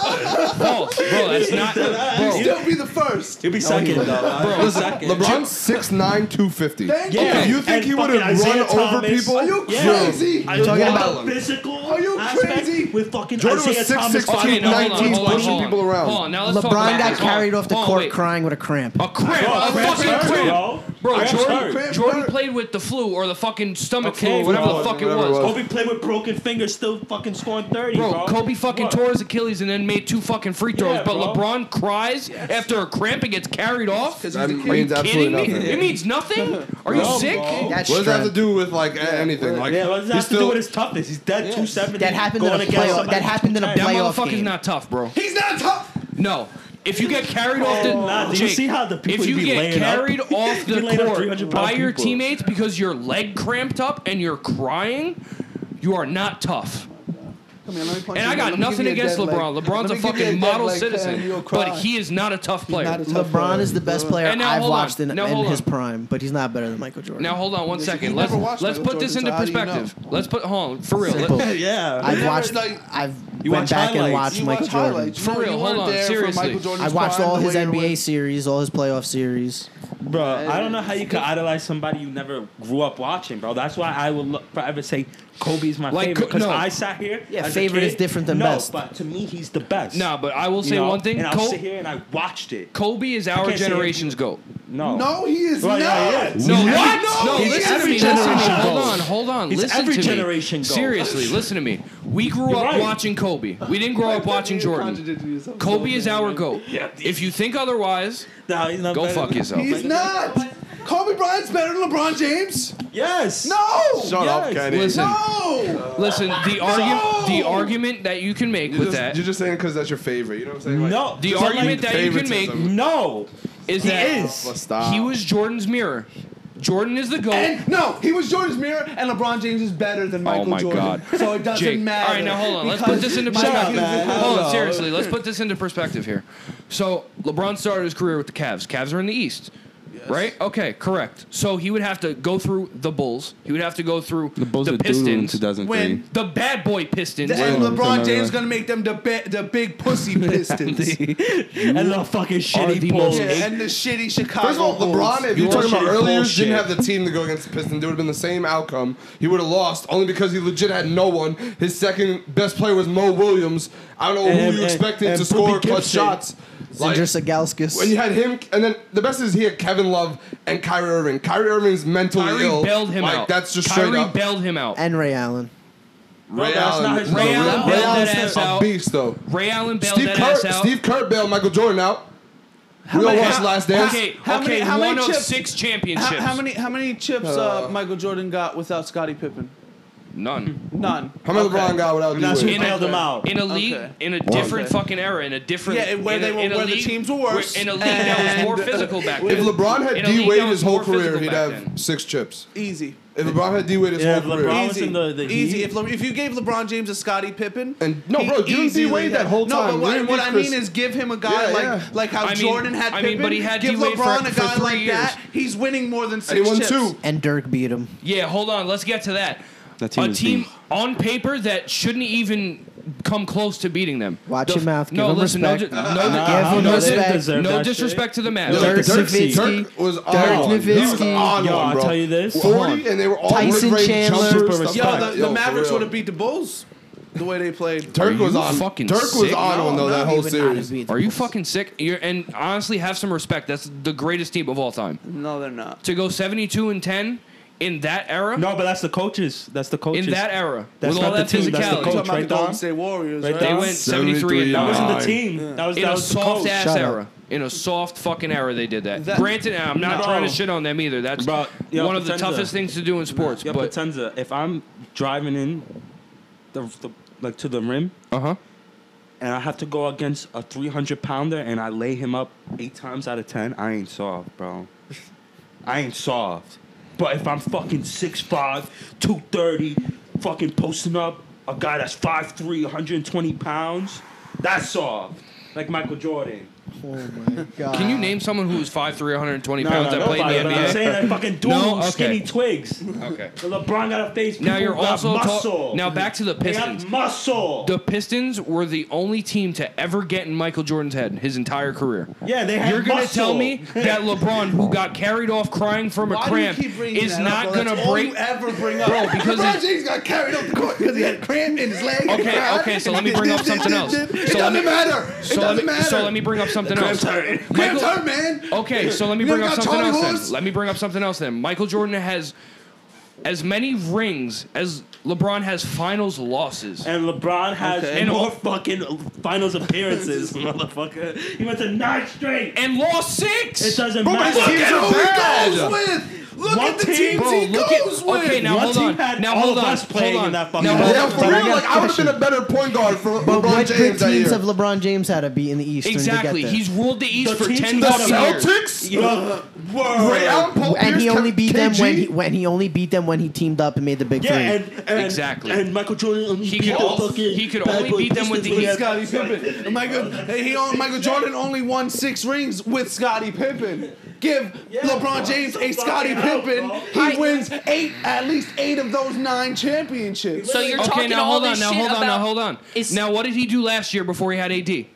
False. Bro, that's not. He'd Bro, still be the first. he'll be second though. Bro, Bro, second. LeBron's six nine two fifty. Thank Yeah. you. Okay, you think And he would fucking have run Isaiah over Thomas. people? Are you Yeah. crazy? I talking talking about about- the physical. Are you aspect crazy? With fucking Jordan was Isaiah 6'6", Thomas. fucking okay, no, hold on, 19 hold on, pushing hold on. people around. Hold on, now let's talk LeBron about got this. Hold on, carried off the hold on, court wait. crying with a cramp. A cramp, Bro, a cramp fucking hurt, cramp. bro. Bro, Cramp Jordan, hurt. Jordan Cramp played with the flu or the fucking stomach flu Okay, or whatever bro. the fuck it Whatever it was. was. Kobe played with broken fingers, still fucking scoring 30, bro. Bro, Kobe fucking What? tore his Achilles and then made two fucking free throws. Yeah, but bro. LeBron cries after a cramp and gets carried off. That he's a kid. means absolutely Kidding me? nothing. It means nothing. Are you No, sick? bro. That's What does that have to strength. do with like a- anything? Like Yeah, what does that he's have to do still- with his toughness? He's dead 270. That happened in going a against playoff. somebody That happened in a who can. That playoff motherfucker's game. not tough, bro. He's not tough. No. If you get carried off the Oh. Nah, do you Jake, see how the people if you be get laying up? carried off Be the laying up court 300 by pound your people. teammates because your leg cramped up and you're crying, you are not tough. Come here, let me punch And you. I Let got me give nothing you a against dead LeBron. leg. LeBron's Let a me give you fucking dead model leg, Pam, citizen, you'll but cry. he is not a tough He's not player. a tough LeBron player. is the best player And now I've hold on. watched in, Now in hold his on. prime, but he's not better than Michael Jordan. Now hold on one second. you Let's never watched let's Michael put this Jordan, into so how do you know? perspective. Let's put hold on for real. Simple. Let- Yeah. I've never, watched. like- I've You went watch back and highlights. watched You Michael watch Jordan. highlights. For You real, weren't hold on, there for seriously. Michael Jordan's I watched prime all the his way you NBA were. series, all his playoff series. Bro, I don't know how you could idolize somebody you never grew up watching, bro. That's why I will lo- forever say Kobe's my Like, favorite co- because no. I sat here. Yeah, as a favorite kid. is different than no, best. but to me, he's the best. Nah, but I will You say know? one thing. And I'll Col- sit here and I watched it. Kobe is I our can't say generation's goat. No, No, he is Right, not. yeah, yeah. No, He's what? every- no, he's listen to every me. Listen to me. generation Hold gold. on, hold on. He's listen every to me. generation gold. Seriously, listen to me. We grew You're up right. watching Kobe. We didn't grow up watching Jordan. Contradicted yourself. Kobe is our goat. Yeah. If you think otherwise, No, he's not go better fuck than- yourself. He's not. Kobe Bryant's better than LeBron James. Yes. No. Shut up, Yes. Kenny. Listen, No. listen. The argument, the argument that you can make You're with just, that, you're just saying because that's your favorite. You know what I'm saying? Like, No. the It's not argument like- that you can make favoritism. No. is He that is. Let's stop. he was Jordan's mirror. Jordan is the goat. And no, he was Jordan's mirror, and LeBron James is better than Michael oh my Jordan. god! So it doesn't Jake. matter. All right, now hold on. Let's because- put this into Shut up, perspective. man. hold on, seriously. Let's put this into perspective here. So LeBron started his career with the Cavs. Cavs are in the East. Right? Okay, correct. So he would have to go through the Bulls. He would have to go through the, Pistons, When the bad boy Pistons. and Wait, LeBron wait, James wait. is gonna make them the bi- the big pussy Pistons. yeah, And the fucking shitty the Bulls. most and the shitty Chicago. First of all, Bulls. LeBron, if you're Your talking about shit is earlier, bullshit. didn't have the team to go against the Pistons. It would have been the same outcome. He would have lost only because he legit had no one. His second best player was Mo Williams. I don't know And- who and- you expected and to Booby score clutch Gibson. shots. Like, Ginger Sagalskis. when you had him, and then the best is he had Kevin Love and Kyrie Irving. Kyrie Irving's mentally Kyrie ill. bailed him like, out. That's just Kyrie straight up. bailed him out. and Ray Allen. Ray that's not Allen, his no, Ray Ray Allen Allen bailed that Smith's ass a out. beast though. Ray Allen bailed Steve that Kerr, ass out. Steve Kerr bailed Michael Jordan out. we all many- watched how- Last Dance. Okay, How okay, many- how many one of chips- six How, championships. how many how many chips uh, Michael Jordan got without Scottie Pippen? None. None. How many LeBron got without That's who D-Wade? bailed him out. In a league, Okay. in a different Okay. fucking era, in a different Yeah, where in they a, were- in a where the league, teams were where- worse, in a league that was more physical back If then. LeBron In had a league D-Wade that was his whole more career, physical he'd back have then. six chips. Easy. If LeBron had D-Wade his Yeah, whole LeBron- career. was Easy. in the- the easy. Heat. If, Le- if you gave LeBron James a Scottie Pippen, And- no, bro, you and easily- D-Wade that whole No, time. but what, You and what I Chris- mean is give him a guy Yeah, like yeah. like how I mean- Jordan had I Pippen. mean, but he had give D-Wade for- LeBron a for guy three like that. years. He's winning more than And six he won chips. two. And Dirk beat him. Yeah, hold on. Let's get to that. That team a was team deep. on paper that shouldn't even come close to beating them. Watch The- your mouth. Give no, him listen. respect. No, no, Give him no, they respect. deserve no that disrespect to the match. Yeah, Dirk Dirk, Nowitzki. Dirk was on Dirk one. He was Nowitzki. on Yo, one, I'll bro. tell you this. 40, and they were all Tyson mid-range Chandler. jumpers, Super stuff Yo, like respect. the, that. the Yo, for Mavericks real. would have beat the Bulls the way they played. Turk was you on. fucking Turk was sick? on Oh, one though that whole series. Are you fucking sick? You're, and honestly, have some respect. That's the greatest team of all time. No, they're not. To go 72 and 10 in that era, No, but that's the coaches. That's the coaches. in that era, That's with not all the that team, that's the physicality, You're talking coach, about right, the Golden Don? State Warriors, Right, right? they Don? went 73 and 73 That 9. wasn't the Nine. team. That was in that a was the soft coach. ass Shut era. In a soft fucking era, they did that. That- Granted, and I'm not No. trying to shit on them either. That's Bro, yo, one of the Potenza. toughest things to do in sports. Yeah, but Potenza, if I'm driving in the, the like to the rim uh huh. Uh-huh. and I have to go against a 300 pounder and I lay him up eight times out of ten, I ain't soft, bro. I ain't soft. But if I'm fucking 6'5", 230, fucking posting up a guy that's 5'3", 120 pounds, that's soft. Like Michael Jordan. Can you name someone who was 5'3", 120 No, pounds no, that played nobody, in the but I'm NBA? saying that fucking dude, No? Okay. skinny twigs. Okay. LeBron got a face. Now people you're got also ta- muscle. now back to the They Pistons. got muscle. The Pistons were the only team to ever get in Michael Jordan's head his entire career. yeah, they have You're gonna muscle. tell me that LeBron, who got carried off crying from a Why cramp, do you keep bringing is that not up, bro? gonna That's all break. you ever bring up. Bro, because LeBron it- James got carried off the court because he had cramp in his leg. Okay, okay, so let me bring up something else. So It let doesn't me- matter. It So let, doesn't me, matter. so let me bring up something else. Cramps Michael- hurt, man. Okay, so let me You bring up never got something Charlie else then. Horse? Let me bring up something else then. Michael Jordan has as many rings as LeBron has finals losses. And LeBron has Okay. And- more fucking finals appearances, motherfucker. He went to nine straight. And lost six! It doesn't But his matter. teams at are who he bad. goes with. Look One at the team, teams Bro, he look goes at with. okay now One hold team on had now all hold of on us playing hold on in that fucking now game. hold Yeah, on. for real. Like I would have been a better point guard for But LeBron what good James that teams year. have LeBron James had to beat in the East? exactly To get there? he's ruled the East The for teams ten that The fucking years. Celtics. You know, word. Ray Allen, Paul and he Pierce, only Kev- beat them when KG. he, when he only beat them when he teamed up and made the big Yeah, three. and, and Exactly. And Michael Jordan only He beat could the al- fucking he could bad only boy beat them with the Pistons. Heat. Scottie Pippen. Michael, he only, Michael Jordan only won six rings with Scottie Pippen. Give LeBron James a Scottie Pippen. He wins eight, at least eight of those nine championships. So you're okay talking now all hold on this now shit hold on now about- hold on It's- now what did he do last year before he had AD?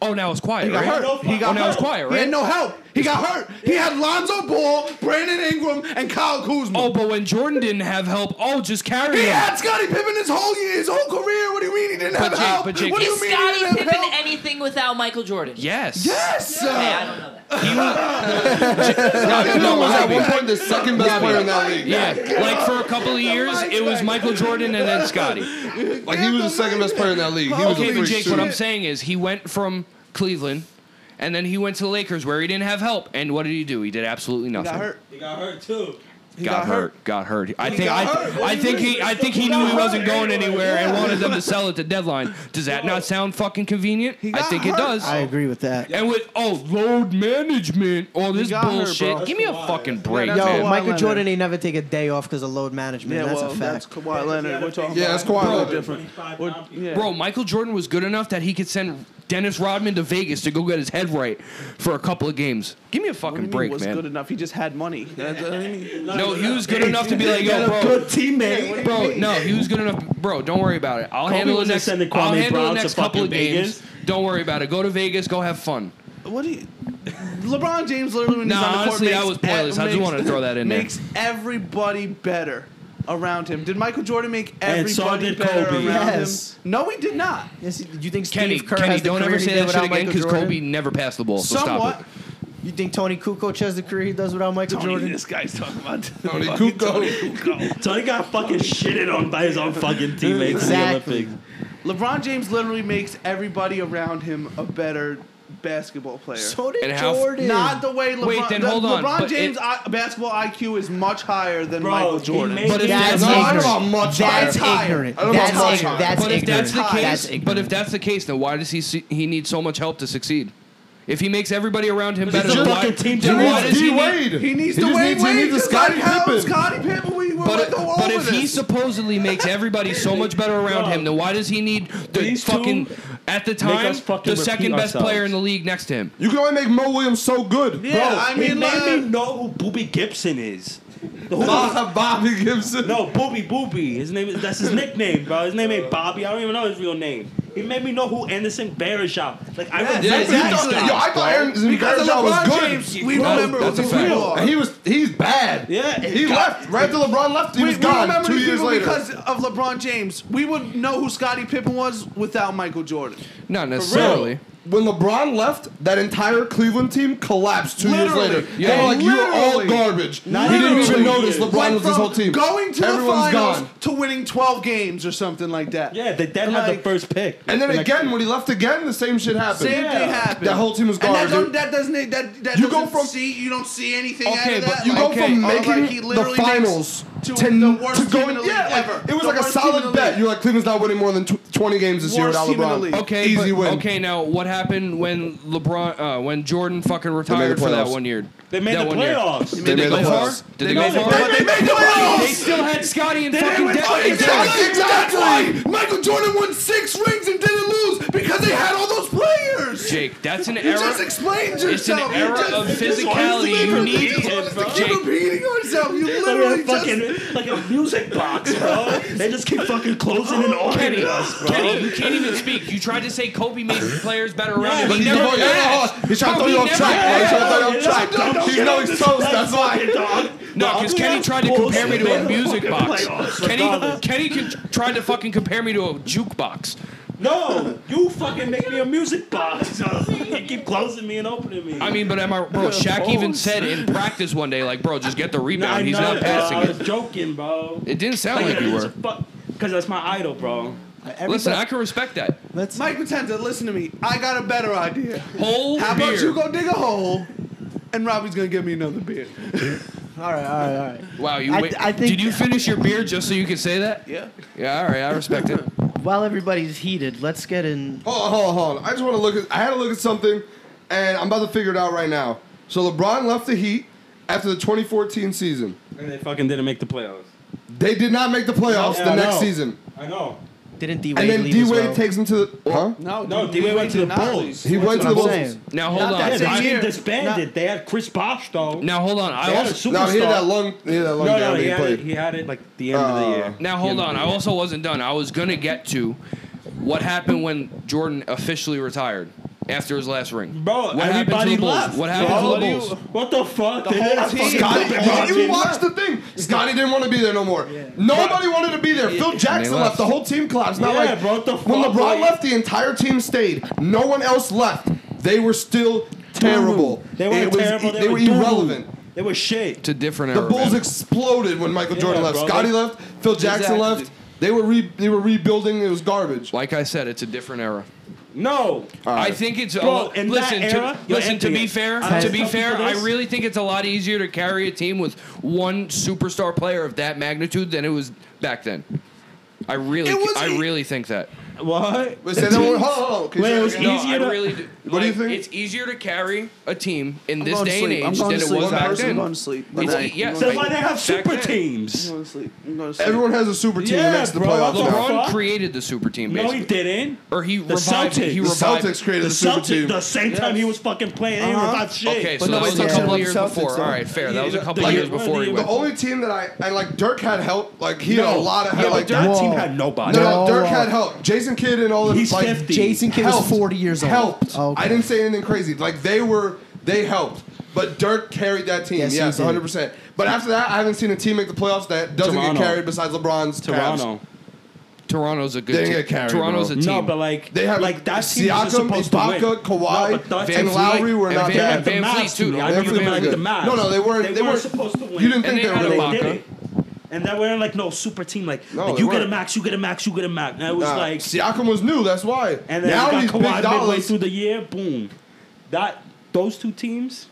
Oh now it's quiet He got right? hurt. He oh got now hurt. it's quiet He had right? no help. He got hurt. He had Lonzo Ball, Brandon Ingram, and Kyle Kuzma. Oh but when Jordan didn't have help oh just carry he him. had Scottie Pippen his whole year, his whole career. What do you mean he didn't But have Jake- help? but Jake- what do Is you mean he Scottie didn't have Pippen help? anything without Michael Jordan? Yes. yes. Hey, I don't know that. No, was at one point the second best player in that league. Yeah, like for a couple of years, it was Michael Jordan and then Scotty. Like he was the second best player in that league. He was Okay, a but freak Jake, shooter. what I'm saying is he went from Cleveland, and then he went to the Lakers where he didn't have help. And what did he do? He did absolutely nothing. got hurt. He got hurt too. He Got hurt. Got hurt. I think got I, hurt. What I do you think mean? he I think he He knew got he wasn't hurt going anyway. anywhere and Yeah. wanted them to sell at the deadline. Does that not sound fucking convenient? I got think it hurt. does. I agree with that. And with oh load management, all this got hurt, bro. bullshit. That's Give me a fucking break, that's Yo, Kawhi man. Michael Leonard. Jordan ain't never take a day off because of load management. Yeah, that's well, a that's fact. Kawhi Leonard. We're talking Yeah, about that's Kawhi Leonard. different. We're- yeah. Bro, Michael Jordan was good enough that he could send Dennis Rodman to Vegas to go get his head right for a couple of games. Give me a What do you fucking mean break, was man. good enough. He just had money. That's what I mean. no, he was good enough to be like, yo, bro, teammate. bro. No, he was good enough, bro. Don't worry about it. I'll Kobe handle the wasn't next. sending Kwame I'll handle the Brown to next couple of fucking games. Vegas. Don't worry about it. Go to Vegas. Go have fun. What do you? LeBron James literally when Nah, he's on the honestly, court that makes was pointless. I just makes- wanted to throw that in there. Makes everybody better. around him. Did Michael Jordan make everybody And so did better Kobe. around Yes. him? No, he did not. Yes, you think Steve Kenny, Kerr Kenny, has the don't career ever he say did that without without again Michael because Jordan? Kobe never passed the ball. So Somewhat. stop You think Tony Kukoc has the career he does without Michael Jordan? guy's talking about Tony Kukoc. Tony got fucking shitted on by his own fucking teammates Exactly. in the Olympics. LeBron James literally makes everybody around him a better basketball player. So did And how- Jordan. not the way LeBron. Wait, then the- hold on, LeBron but James' it- I, basketball IQ is much higher than Bro, Michael he Jordan. made- But if That's that's, No, I don't ignorant. know how much That's higher. ignorant. I don't know That's about ignorant. much That's but if ignorant. that's the That's case, ignorant. but if that's the case, then why does he see, he need so much help to succeed? If he makes everybody around him better, He's a then why, fucking team then why does he D need? Wade. he needs He to just wait. needs- he wait, needs a just Scottie like how Pippen. Scottie Pippen. We were But, like all but over if he this. supposedly makes everybody so much better around him, then why does he need the These two fucking at the time us fucking the repeat second best ourselves. player in the league next to him? You can only make Mo Williams so good. yeah, I He mean, like, made me know who Booby Gibson is. The who- Bob- Bobby Gibson. no, Booby Booby. His name is that's his nickname, bro. His name ain't Bobby. I don't even know his real name. He made me know who Anderson Barishop. Like I remember Yeah, this you thought, guy. yo, I thought Aaron because of Zabrajov LeBron was good. James, we remember that's who a the fact. real are. And he was he's bad. Yeah. He left. Right after LeBron left, he we, was we gone remember two these years people later. because of LeBron James. We would know who Scottie Pippen was without Michael Jordan. Not necessarily. When LeBron left, that entire Cleveland team collapsed two Literally. years later. Yeah. They were like, you were all Literally. garbage. he didn't even Literally. notice LeBron Went was his from whole team. Going to Everyone's the finals gone. to winning 12 games or something like that. Yeah, they then had the Like- first pick. And then Like, again, when he left again, the same shit happened. Same thing happened. That whole team was And garbage. that, don't, that doesn't. That, that You go doesn't from- see. You don't see anything. Okay, out of but that. You Like, go Okay, from okay. making Like, he the literally finals makes to to, the worst to team going, in the league yeah, like, ever. it was The like a worst team in solid the bet. league. You're like Cleveland's not winning more than tw- 20 games this year Worst without team in the LeBron. league. Okay, easy but- win. Okay, now what happened when LeBron, uh, when Jordan fucking retired for that playoffs. one year? They made that the one year. playoffs. They Did they, made the go far? playoffs. Did they, go far? They made the They playoffs. still had Scotty and fucking Dennis. Exactly. Michael Jordan won six rings and didn't lose because they had all those players. Jake, that's an You just error. explained It's an yourself. You era just- of you physicality. just You literally need just it, bro. keep Jake, repeating yourself. You Like literally a just fucking, like a music box, bro. They just keep fucking closing and opening Kenny, us, bro. Kenny, you can't even speak. You tried to say Kobe made players better around him. But He he's never never- passed. He's trying to throw you Kobe off never track. bro. He's trying to throw you off track. Don't- don't He get knows on he's this toast. That's why. fucking dog. No, because Dog, Kenny that's tried to compare me to bullshit. oh, a music box. Playoffs, Kenny, regardless. Kenny con- tried to fucking compare me to a jukebox. No, you fucking make me a music box. dog. You keep closing me and opening me. I mean, but am I, bro? Shaq even said in practice one day, like, bro, just get the Nah, rebound. He's nah, not bro, passing I was it. joking, bro. It didn't sound like you were. Because that's my idol, bro. Everybody- Listen, I can respect that. let's Mike Potenza, listen to me. I got a better idea. Whole How beer. about you go dig a hole, and Robbie's gonna give me another beer. All right, all right, all right. Wow, you I- wait. I think- Did you finish your beer just so you could say that? Yeah. Yeah, all right, I respect it. While everybody's heated, let's get in. Hold on, hold on, hold on. I just want to look at. I had to look at something, and I'm about to figure it out right now. So LeBron left the Heat after the 2014 season. And they fucking didn't make the playoffs. They did not make the playoffs Yeah, the I next know. season, I know. Didn't D and Wade then leave D as Wade well? takes him to the huh? No, No, D Wade went to the Bulls. He went to the I'm Bulls. saying. Now hold Not on. that Yeah, they same I- year. disbanded. They had Chris Bosh, though. now hold on. They I had a also No, he had superstar. that long, he had that long No, down no, that he he had, it, played. he had it uh, like the end of the year. Now hold on. I also wasn't done. I was gonna get to what happened when Jordan officially retired after his last ring. what Bro, happened to everybody the Bulls? left, What happened bro. to the Bulls? What the fuck? The whole team. Scotty, Bro, you watched the thing. Scotty didn't want to be there no more. Nobody wanted to be there. Phil Jackson They left. left. The whole team collapsed. Not Yeah, like bro, what the when fuck, LeBron like- left, the entire team stayed. No one else left. They were still terrible. They were It was- terrible. They, They, were doo-doo. irrelevant. They were shit. It's a different The era. Bulls man. exploded when Michael Jordan left. bro, Scotty they- left. Phil Jackson Exactly. left. They were re- they were rebuilding. It was garbage. like I said, it's a different era. No. I think it's Bro, a, in listen that era, to yo, listen to Anthony, be fair. I to have be something fair, for I this. really think it's a lot easier to carry a team with one superstar player of that magnitude than it was back then. I really, It was I e- really think that. What? Wait, say that one- hold on, hold on. Can you Wait, say that it was again? No, Easier I to- really do. What do you like, think? It's easier to carry a team in this going to day and sleep. I'm age going than to it sleep. was back I'm then. going to sleep. It's Like, e- yes, That's why they have back super then. teams. I'm going to sleep. I'm going to sleep. Everyone has a super team Yeah, next to the bro, playoffs. that's now. all- LeBron Fuck. created the super team, No, basically. he didn't. or he The revived. it. He The revived. it. Celtics created The the, super Celtics, team. the same time he was fucking playing, they Uh-huh. were about shit. Okay, so that But nobody was a cares couple about of the years Celtics, before. though. All right, fair. That was a The couple of year- years before he The the went. only team that I, I like, Dirk had help. Like he had a No. lot of Yeah, help. but like that Whoa. team had nobody. No, no, No, Dirk uh, had help. Jason Kidd and all of He's like 50. Jason Kidd was helped. 40 years old. Helped. Okay. I didn't say anything crazy. Like they were They helped. But Dirk carried that team. Yes, Yes, he did. 100%. But after that, I haven't seen a team make the playoffs that doesn't Toronto. get carried besides LeBron's Cavs. Toronto. Toronto's a good They team. get carried, Toronto's bro. a team. No, but like They have like that team Siakam, was supposed Ibaka, to win. Kawhi, no, but that Van team was Lowry like- were and not Van, bad. The Van Mavs Vliet, to too, me. though. I They remember were them really like good. the Mavs. No, no, they weren't- They, they weren't weren't- supposed to win. you didn't think they and were they, gonna did win. it. And they weren't like no super team. Like, No, like, they you get a weren't. max, you get a max, you get a max. And it was Nah, like Siakam was new. That's why. and then now you he's got Kawhi big midway dollars. through the year. Boom. That those two teams,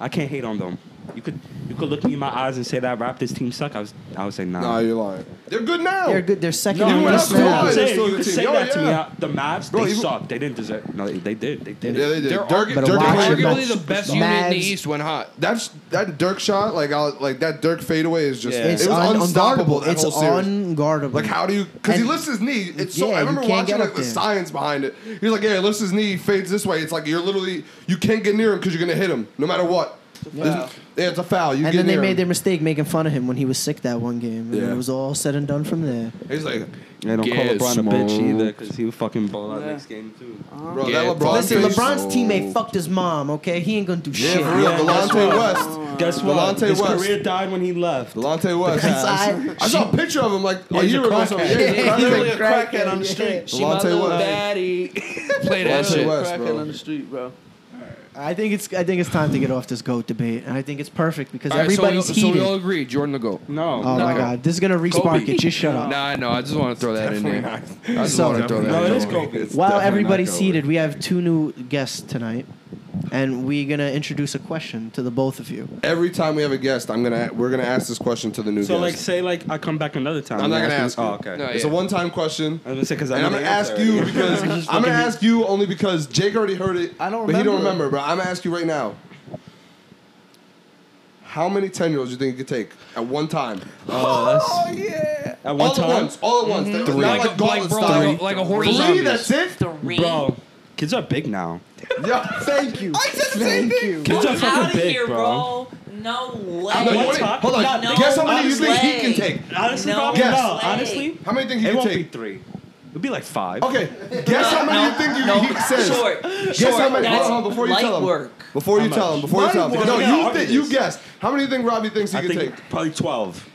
I can't hate on them. You could you could look me in my eyes and say that Raptors team suck. I was I would say nah. Nah, you're lying. They're good now. They're good. They're second. No, in we're this not good. round. You could say, still a you good could say team. that Oh, to me. yeah. Uh, The Mavs, Bro, they even- sucked. They didn't deserve. No, they, they did. They did. Yeah, they did. They're Dirk, argu- Dirk, they're had watching a arguably good- the Mavs- best unit in the Mavs- East when hot. That's that Dirk shot, like I, like that Dirk fadeaway is just Yeah. it It's was un- unstoppable. unguardable. That It's whole series. unguardable. Like how do you? Because he And- lifts his knee. It's so. Yeah, I you remember can't watching get like up the there. science behind it. He's like, yeah, he lifts his knee, fades this way. It's like you're literally you can't get near him because you're gonna hit him no matter what. Yeah, it's a foul. You and get then they near made their him. mistake making fun of him when he was sick that one game. And Yeah. It was all said and done from there. He's like, They don't Yeah, call LeBron a bitch smoked. either because he would fucking ball out next game too. bro, Yeah, Oh. that LeBron. Listen, face- LeBron's teammate fucked his mom. Okay, he ain't gonna do Yeah, shit. for real. Yeah, that's Delonte right. West. Guess what? Delonte His West. career died when he left. Delonte West. I- I saw a picture of him like a year ago. or something. Yeah, he's a He's crackhead. literally a crackhead on the street. She my Delonte little West. baddie. Play that Delonte shit. West, bro. Crackhead on the street, bro. I think it's I think it's time to get off this goat debate, and I think it's perfect because All right, so we, everybody's so heated. we all agree Jordan the GOAT. No. oh my No. god, this is gonna respark Kobe. it. Just shut up. Nah, I know. I just want to throw that in there. I just So- want to throw that No, in it is there. Kobe. While definitely everybody's not seated, we have two new guests tonight, and we're gonna introduce a question to the both of you. Every time we have a guest, I'm gonna we're gonna ask this question to the new So like, guest. say like I come back another time. I'm not gonna you. ask. you. Oh, okay. No, It's a yeah. one time question. I was gonna say because And I'm gonna ask you because I'm gonna ask you only because Jake already heard it. I don't but he don't remember. remember, bro. I'm gonna ask you right now. How many ten year olds do you think you could take at one time? Oh, yeah. At one all time, at once. All at once. It's Not Like, like, a, like, gauntlet bro, style. like, a- like a horse. Three. zombie. That's it. Three. bro. Kids are big now. Yeah. Thank you. I said the same thing. Kids Get out are of fucking big, here, bro. bro. No way. No, you One wait, time. hold on. No Guess how many you think he way. can take? Honestly, No probably way. no. Honestly, How many think he it can won't be take? three. It'll be like five. Okay. Guess how many you think you, he says. Short. Guess short. how many? That's Hold on, hold on, before you light tell him. work. Before you How tell him. much? Before you tell him. Light No, work. you thi- you Obvious. guessed. How many do you think Robbie thinks he I could think take? probably twelve.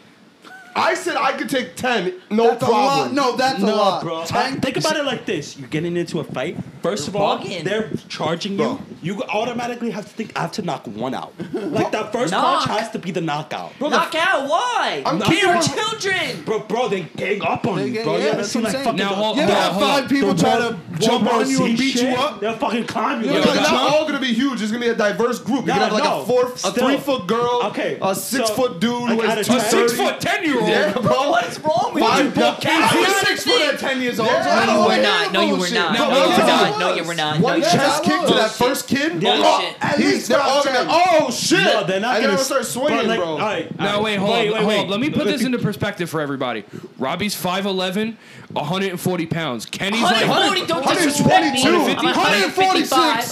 I said I could take ten. No That's a lot. problem. No, that's a No, lot. bro. Ten- Think about it like this: you're getting into a fight. 1st of You're all, bugging. they're charging Bro. you. You automatically have to think. I have to knock one out. Like that first Knock. punch has to be the knockout. Bro, Knock out. Why? I'm They are kidding. children. bro, bro, they gang up on They you, gang- bro. yeah, you ever that's seen what like I'm fucking saying. Now, hold- You now, have hold five up. people the one- try to one jump on person you and beat you shit, up. They'll fucking climb you. Yeah, They're like but a not John- all gonna be huge. It's gonna be a diverse group. You No, can have like no, a four, a still. three foot girl, Okay, a so, six foot dude who like, out is of two ten- thirty. Six foot ten year old. Yeah, bro. What is wrong with Five you? bro. How I'm you six think- foot at ten years old. Yeah. I don't No, you wanna were hear not. No, you were bullshit. not. No, No, you yes, were I not. No, you were not. No, One you were not. chest kick to that Bullshit. first kid. Yeah. Oh, At he's- least they're top all gonna. 10. Oh shit! No, they're not and gonna they're start s- but, swinging, like, bro. all right, all Now right. wait, hold wait, up, wait, hold wait. up. Let me put If this you- into perspective for everybody. Robbie's 5'11", 140 pounds. Kenny's like 140, don't 122. disrespect me. I'm 146.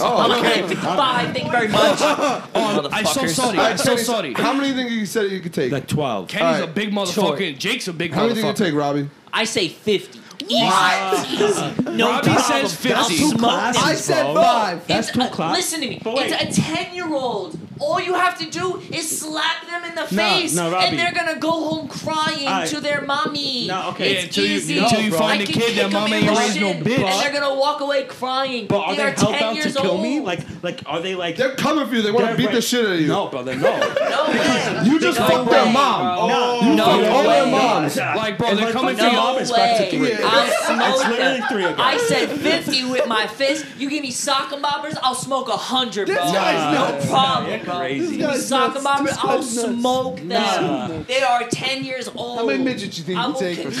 155. Oh, I'm okay. 155. Thank you very much. oh, I so Motherfuckers. sorry. All I right, so Kenny, sorry. How many think you said you could take? like twelve. Kenny's a Alright. big motherfucker. and Jake's a big How many think you motherfucker. take, Robbie? I say 50. What? No Robbie problem. says 50. I'll smoke Classic, them. I said bro. five. That's It's two a- claps. Listen to me. But wait. It's a 10 year old. All you have to do is slap them in the Nah, face, nah, Robbie. and they're gonna go home crying Alright. to their mommy. Nah, okay. It's Yeah, until you- easy. until you I find can a kid kick that them mama in ain't the raised no shin, bitch. and they're gonna walk away crying. But are they, held 10 out to years kill old. me? Like, like are they like? They're coming for you. They want to they're beat the right- shit out of you. No, brother, no. no way. You just No fucked their way, mom. Oh, bro. No, You No fucked all their way. moms. Like, bro, If they're I coming fuck for your you. mom, No it's back to way. three. I It's smoked literally them. three again. I said 50 with my fist. You give me sock bobbers, I'll smoke 100, bro. This guy's no nuts. problem, Nah, you're bro. crazy. You This give me guy's sock nuts. bobbers, This I'll guy's nuts. smoke them. Nah. They are 10 years old. many midgets you think I you will take? concuss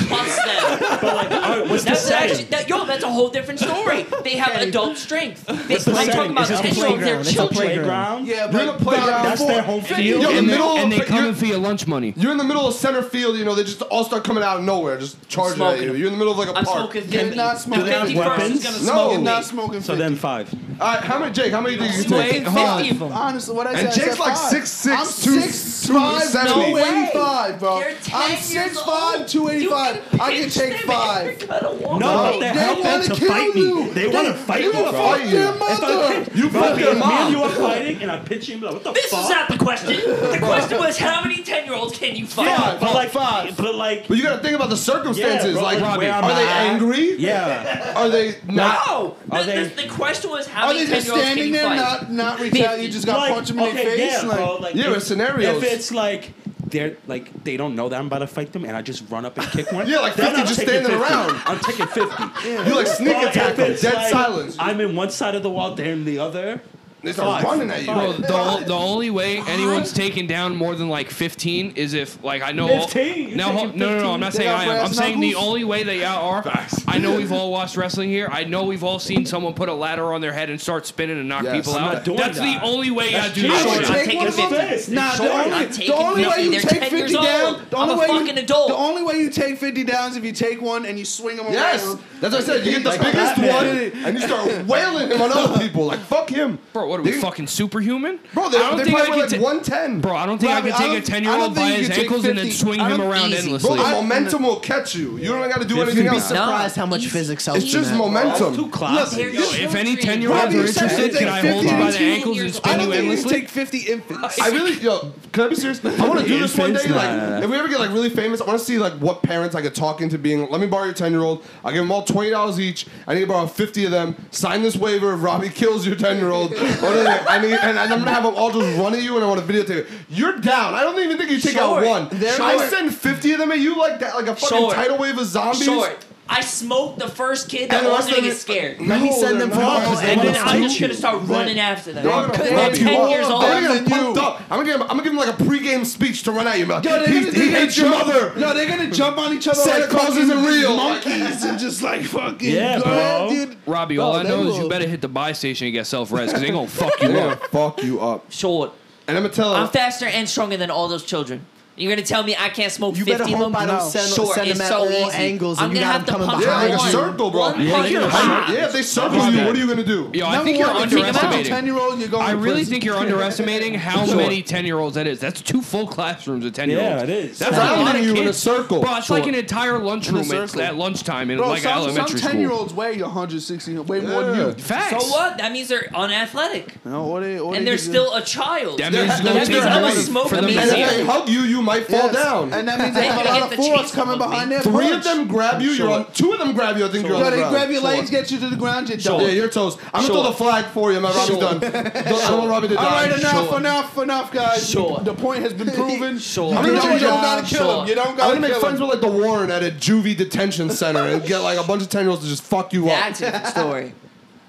them. But like, all right, what's the That's actually, setting? that, yo, that's a whole different story. They have adult strength. They, the I'm setting? talking about Is this a 10 year olds, playground? they're It's a children. Playground. Yeah, You're in but the playground. That's their home field. Yo, in And And the they, middle and they of you're- coming for your lunch money. You're in the middle of center field, you know, they just all start coming out of nowhere, just charging at Smoking you. them. You're in the middle of like a I'm park. smoking You're 50. not smoking the 51st weapons. is going to No. smoke You're me. not smoking. So 50. then five. All right, how many, Jake? How many do you think you Smoking take? 50 of them. Honestly, what I said. And I Jake's said like five. 6'6", I'm 270. six five, No two way. eighty five, bro. You're 10 I'm years six old. five, two eighty You five. I can pitch take them five. and cut a wall. No, but they're they wanna helping to kill fight you. me. They want to fight they me, wanna bro. fight your If I mother. pitch- You if I fuck pitch- your Me mom. and you are fighting, and I pitch you. and be like, What the This fuck? is not the question. The question was how many ten-year-olds can you fuck? Yeah. but like, five. but like, But you gotta think about the yeah, circumstances. bro, like, where I'm are they at. angry? Yeah. Are they not? No. Are The, they- the, the question was how Are many they just ten-year-olds can standing you there, fight? not not reach out? You just got to Like, punch them in the okay, face. yeah, like, bro, like, Yeah, if- with scenarios. If it's like they're like they don't know that I'm about to fight them, and I just run up and kick one. Yeah, like then 50 I'm just taking standing 50. around. I'm taking fifty. You like sneak But attack if them, it's dead like, silence. I'm in one side of the wall, they're in the other. They start running at you. Bro, the, o- the only way anyone's taken down more than like 15 is if, like, I know. all- 15? You're Now, hol- taking no, no, no, I'm 15? not saying I am. I'm saying the only way they out are. Facts. I know we've all watched wrestling here. I know we've all seen someone put a ladder on their head and start spinning and knock Yes. people I'm out. not doing That's that. the only way I do cheating. that. I'm shit. Take taking one of them. 50. Nah, Sure, the I'm only, taking the only 50. way you They're take 10 fifty years down, old. the I'm only a way fucking you, adult. the only way you take fifty down is if you take one and you swing them Yes, around. that's what I said. You get the Like biggest Batman. one, and you start wailing him on other people. Like fuck him, Bro, what are we, They- fucking superhuman? Bro, they, I don't they think I probably were could like ta- one ten. Bro, I don't think I Bro, could I take don't- a I don't 10 year old think by you his could take ankles and then 50. swing I him don't- around easy. Bro, endlessly. the momentum will catch you. You don't even got to do anything You'd be else. dumb. surprised how much He's- physics helps It's you, just man. momentum. Too classy. They're Yo, if children. any 10 year olds Robbie, are you said interested, take can I hold you 15 by the years ankles and old. I spin you don't think you endlessly? can take fifty infants. I really, yo, can I be serious? I want to do this one day. Infants, nah, nah, Like, nah. if we ever get like really famous, I want to see like what parents I could talk into being. Let me borrow your ten year old. I give them all twenty dollars each. I need to borrow fifty of them. Sign this waiver if Robbie kills your ten year old. I need, and I'm gonna have them all just run at you, and I want to videotape it. You're down. I don't even think you take out Short. one. They're I more- send fifty of them at you like that, like a fucking Short. tidal wave of zombies. Short. I smoked the first kid that And the rest wasn't of gonna get it- scared. No, Let me send them they're for not. all And then They'll I'm just teach gonna you. start running after them. They're not gonna Because fuck they're you 10 up. years old. They're gonna Better than pumped you. up. I'm gonna give him. I'm gonna give him like a pregame speech to run at you. and be Like, Yo, they're he, gonna, he they're hates your gonna jump- mother. No, they're gonna jump on each other Santa like Claus isn't fucking real. monkeys and just like fucking Yeah, go ahead, bro. dude. Robbie, all Bro, I they know is you will- better hit the buy station and get self res because they gonna fuck you They're up. gonna fuck you up. Short. And I'm gonna tell I'm him. faster and stronger than all those children. You're gonna tell me I can't smoke You 50 better of hope them? I don't No. send- Short send is them at so all easy. angles I'm and you gonna got have to them coming punch yeah, like one. a circle, bro. One Yeah, punch they're gonna shot. if they circle you, what are you gonna do? Yo, I take think you're Number one, 'em out. underestimating. Ten year old, you're going. I to really prison. think you're underestimating how many 10 year olds that is. That's two full classrooms of 10 year olds. Yeah, it is. That's a Surrounding lot of you in kids. a circle. Bro, it's like an entire lunchroom at, circle. at lunchtime in Bro, like some, elementary some ten year school. olds weigh 160, way more than Yeah. you. Facts. So what? That means they're unathletic. No, what they, what And they they're do- still a child. That They're- means it's gonna that take means a I'm a lot of- for smoker. them to means And see if it. they hug you, you might fall Yes. down. and that means They they have gotta a get lot the of force cheese off coming me. behind their Three of punch. them grab you. You're on. Two of them grab you. I think you're on Yo, the they ground. grab your legs, Sure. get you to the ground, you're Yeah, done. your toes. I'm gonna throw the flag for you, man. Robbie's done. Don't don't want Robbie to die. All right, enough, Sure. enough, enough, guys. Sure. The point has been proven. Sure. You I'm gonna don't, do you your don't gotta job. kill Sure. him. You don't I'm gotta gonna make kill friends him. with like the Warren at a juvie detention center and get like a bunch of ten year olds to just fuck you up. That's a different story.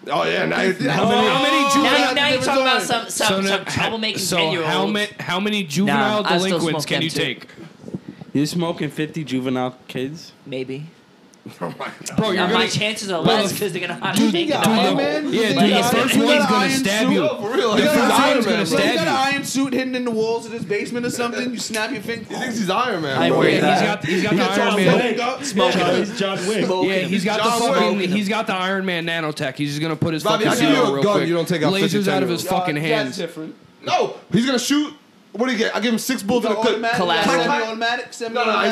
Oh yeah, now you're How Oh. many- how many Now, juvenile- you- now you're talking about Sorry. some, some, some So now- troublemaking so 10 year olds. how many how many juvenile Nah, I still delinquents smoke can them you too. take? You're smoking 50 juvenile kids? Maybe. Bro, Oh, you're Now, my gonna chances are less because they're gonna have to Dude, take you it got out. Iron Man. Yeah, You dude, got the Iron- first you got one's an gonna iron stab suit. you. for real. The He thinks first he's Iron one's Man, gonna Bro, bro. you stab got an you. iron suit hidden in the walls of this basement or something, you snap your finger. He thinks he's Iron Man. I bro. worry He's that. got he's got the John Iron Man. Wick. Yeah, he's John Wick. Yeah, he's got the John Wick. fucking he's got the Iron Man nanotech. He's just gonna put his Robbie, fucking I give you seal a real gun, quick. you don't take out lasers 50 out of his Uh, fucking That's hands. different. No, he's gonna shoot. What do you get? I give him six bullets in a clip. Automatic, Collateral. semi-automatic, No, no, he's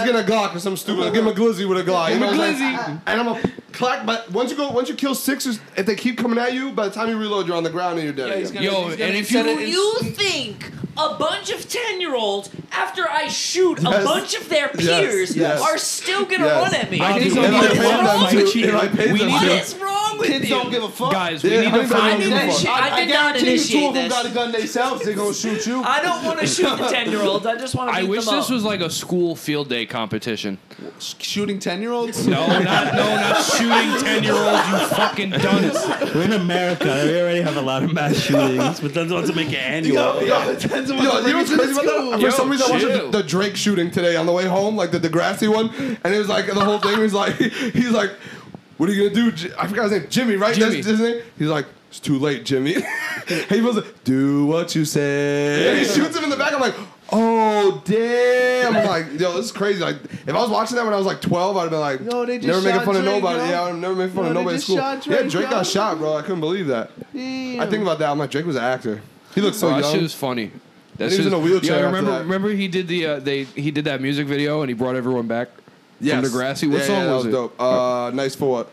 semi-automatic. gonna Glock or some stupid. I'll give him a glizzy with a Glock. You Give know, him a what I'm glizzy. saying? and I'm a clack. But once you go, once you kill six, is- if they keep coming at you, by the time you reload, you're on the ground and you're dead. Yeah, he's again. gonna- Yo, he's gonna and if set you- it Do in- you think a bunch of 10 year olds, after I shoot a Yes. bunch of their Yes. peers, Yes. are still gonna Yes. run at me? I I'll think do we it. need If to I pay them, fuck I'll them. cheat. If I pay We them, need what too. to, is wrong with Kids you? don't give a fuck. guys. We Yeah, need I to mean, I find. mean, that fuck. shit- I did not guarantee you two initiate of them got a this. gun themselves. They're gonna shoot you. I don't want to shoot the 10 year olds. I just want to I beat wish them this up. was like a school field day competition. Shooting ten-year-olds. No, not no, not shooting ten year olds. You fucking dunce. We're in America. We already have a lot of mass shootings, but that's want to make it annual. Yo, you know what's crazy about that? For Yo, some reason, I watched chill. the, the Drake shooting today on the way home, like the Degrassi one, and it was like the whole thing was like, he's like, "What are you gonna do?" J-? I forgot his name, Jimmy, right? Jimmy. That's his name. He's like, "It's too late, Jimmy." he was like, "Do what you say." And he shoots him in the back. I'm like. Oh damn! I'm like, yo, this is crazy. Like, if I was watching that when I was like 12, I'd have been like, Yo, they just never making shot fun of Drake, nobody. yo. Yeah, I'm never making fun Yo, of they nobody at just school. shot yeah, Drake, Drake yo. got shot, bro. I couldn't believe that. I think about that. I'm like, Drake was an actor. He looked so Bro, that young. shit was funny. That And he was shit in a wheelchair Yeah, after remember that. remember he did the uh, they he did that music video and he brought everyone back. Yes. from Degrassi. What Yeah, song yeah, that was, was it? dope. Uh, nice for what?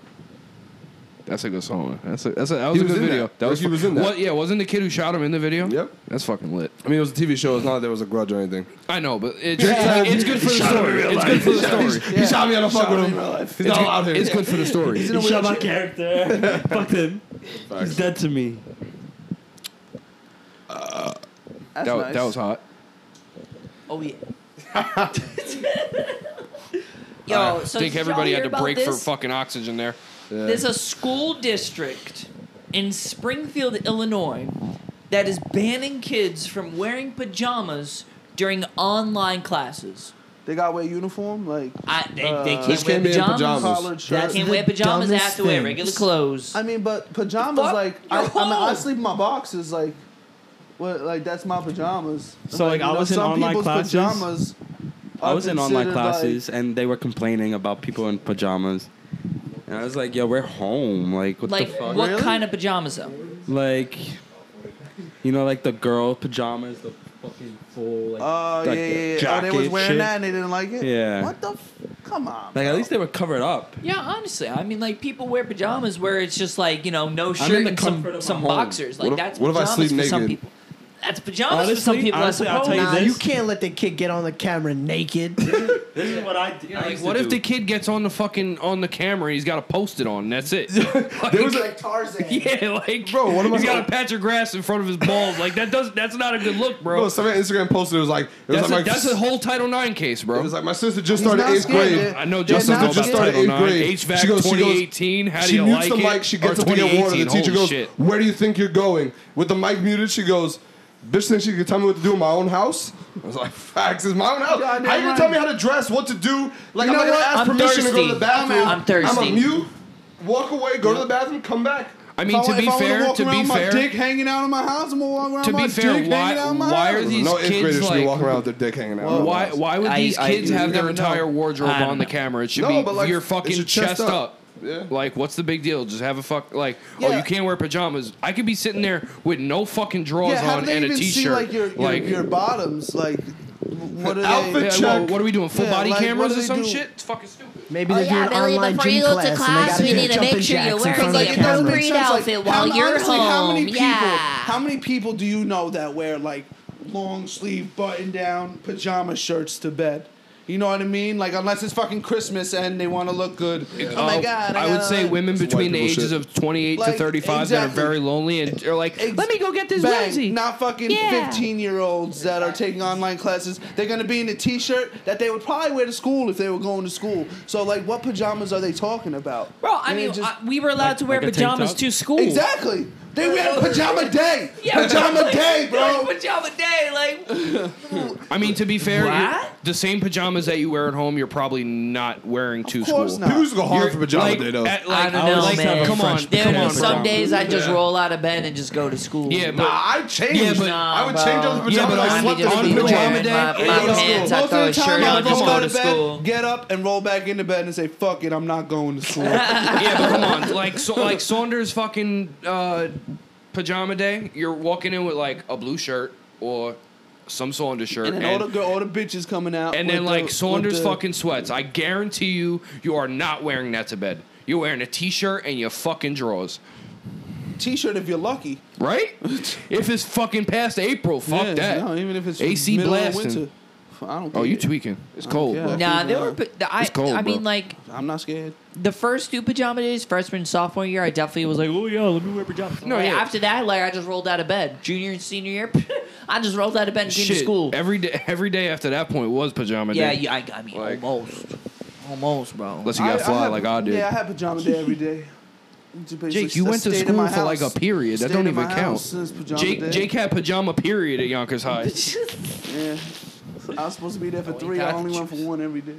That's a good song. That's a, that's a, that was He a was good in video. that. Ricky fu- was in that. What, yeah, wasn't the kid who shot him in the video? Yep. That's fucking lit. I mean, it was a TV show. It's not that there was a grudge or anything. I know, but it's, like, it's good for the story. It's good for the story. He shot me. I don't fuck with him. He's not allowed here. It's good for the story. He shot my character. Fuck him. He's dead to me. That, wa- that was hot. Oh yeah. Yo, I so think did everybody y'all hear had to about break for this? fucking oxygen there. There's a school district in Springfield, Illinois, that is banning kids from wearing pajamas during online classes. They got wear uniform like I, they, they Uh, can't This wear can't be in pajamas. pajamas. collared They shirts. can't the wear pajamas. They have dumbest to wear thing. regular clothes. I mean, but pajamas Fuck? like I, I, You're mean, I home. sleep in my boxes like. What, like that's my pajamas. So, like, you I know, was in some online people's classes. Pajamas I are was in online considered, like- classes and they were complaining about people in pajamas. And I was like, yo, we're home. Like, what like the fuck? what kind of pajamas though? Like, you know, like the girl pajamas, the fucking full, like, Oh like yeah, the yeah, yeah. Oh, they was jacket wearing shit. that and they didn't like it. Yeah. What the? F- come on. Like, at least they were covered up. Yeah, honestly, I mean, like people wear pajamas where it's just like you know no shirt in the and some comfort of my some home. boxers. Like What if- that's what if I pajamas sleep for some naked? people. That's pajamas for some Honestly- people. honestly, I I'll suppose. tell you Nah, this- you can't let the kid get on the camera naked. Oh, This is what I did. Like, what if the kid gets on the fucking on the camera? and He's got to post it on. And that's it. There was a- like Tarzan. yeah, like Bro, what am I he's got supposed- a patch of grass in front of his balls. Like that does that's not a good look, bro. Bro, somebody on Instagram posted it was like it was that's, like a, my, that's a whole Title IX case, bro. it was like my sister just started not eighth scared, grade. dude. I know They're Justin not knows about just started Title eighth IX. HVAC grade. She goes- she goes- 2018. How do she you mutes like the it? mic. She gets or up to get water. The 2018, teacher holy goes, shit. "Where do you think you're going?" With the mic muted, she goes, "Bitch thinks she can tell me what to do in my own house." I was like, "Facts is my own house. Goddamn how you gonna right. tell me how to dress, what to do? Like You I'm not know gonna what? ask I'm permission to go to thirsty. the bathroom. I'm thirsty. I'm a mute. Walk away. Go to the bathroom. Come back. I mean, to if be I wanna fair, walk to around be my fair, dick hanging out in my house, I'm gonna walk around to my be fair, dick hanging out why in my why are house. these no eighth kids graders should be like? walking around with their dick hanging out. Why why would I- these I- kids you have their never know. entire wardrobe I don't on know. the camera? It should No, be but, like, your it's fucking your chest, chest up. up. Yeah. Like, what's the big deal? Just have a fuck. Like, oh, Yeah. you can't wear pajamas. I could be sitting there with no fucking drawers yeah, how on do they and a even see t-shirt. like your your, your bottoms? Like, what are Outfit they? yeah, check. well, what are we doing? Full Yeah, body like, what cameras do or they some do? shit? It's fucking stupid. Maybe Oh, they're yeah, doing Billy, online before gym you go to class. and they class, gotta we do need to jumping make sure jacks you're in wearing front of it. the It camera. doesn't make Great outfit while how, you're honestly, How many home. people? Yeah. How many people do you know that wear like long sleeve button down pajama shirts to bed? You know what I mean? Like unless it's fucking Christmas and they want to look good. Oh my Uh, god! I, would gotta- say women Some white between the people ages shit. of 28 to Like, 35 that are exactly. very lonely and are like, Ex- let me go get this Bang. onesie. Not fucking 15 year olds that are taking online classes. They're going to be in a t shirt that they would probably wear to school if they were going to school. So, like, what pajamas are they talking about? Bro, I And it mean, just- I- we were allowed to wear like a tank pajamas top? to school. exactly. They wear pajama day. Yeah, pajama like- day, bro. like, pajama day, like I mean, to be fair, What? you're- the same pajamas that you wear at home, you're probably not wearing to Of course school. not. People used to go hard You're- for pajama like, day though. at- I like, don't know, like, man. Come on, there come are on, some bro. days I just Yeah. roll out of bed and just go to school. Yeah, Nah, but I changed. Yeah, but- I would change out the Yeah, pajamas. but I I mean, slept in on pajama the pajama. day- My, Hey, my yo, pants, I Most throw a of the shirt on, time, I'll just just go go to to school. bed, get up, and roll back into bed and say, fuck it, I'm not going to school. yeah, but come on, like so, like Saunders fucking uh, pajama day. You're walking in with like a blue shirt or some Saunders shirt, and then all, the, girl- all the bitches coming out. and with then the- like with Saunders the- fucking sweats. I guarantee you, you are not wearing that to bed. You're wearing a t-shirt and your fucking drawers, T-shirt if you're lucky. right? if it's fucking past April, fuck Yeah, that. No, even if it's AC middle of blasting. winter. F- I don't. oh, you care. tweaking? It's cold, care. bro. Nah, Fucking, there uh, were. pa- The, I, it's cold, I mean, bro. like I'm not scared. the first two pajama days, freshman sophomore year, I definitely was like, oh yeah, let me wear pajamas. No, No, yeah. After that, like I just rolled out of bed. Junior and senior year, I just rolled out of bed and came Shit, to school. every day. Every day after that point was pajama yeah, day. yeah, I, I mean, Like- uh, almost, almost, bro. Unless you got fly had- like I did. Yeah, I had pajama day every day. It's basically Jake, you went to stayed in my school for like a house. period. That Stayed don't in my even house count. since pajama day. Jake, Jake had pajama period at Yonkers High. Yeah. Oh, I was supposed to be there for he three. I got only you. went for one every day.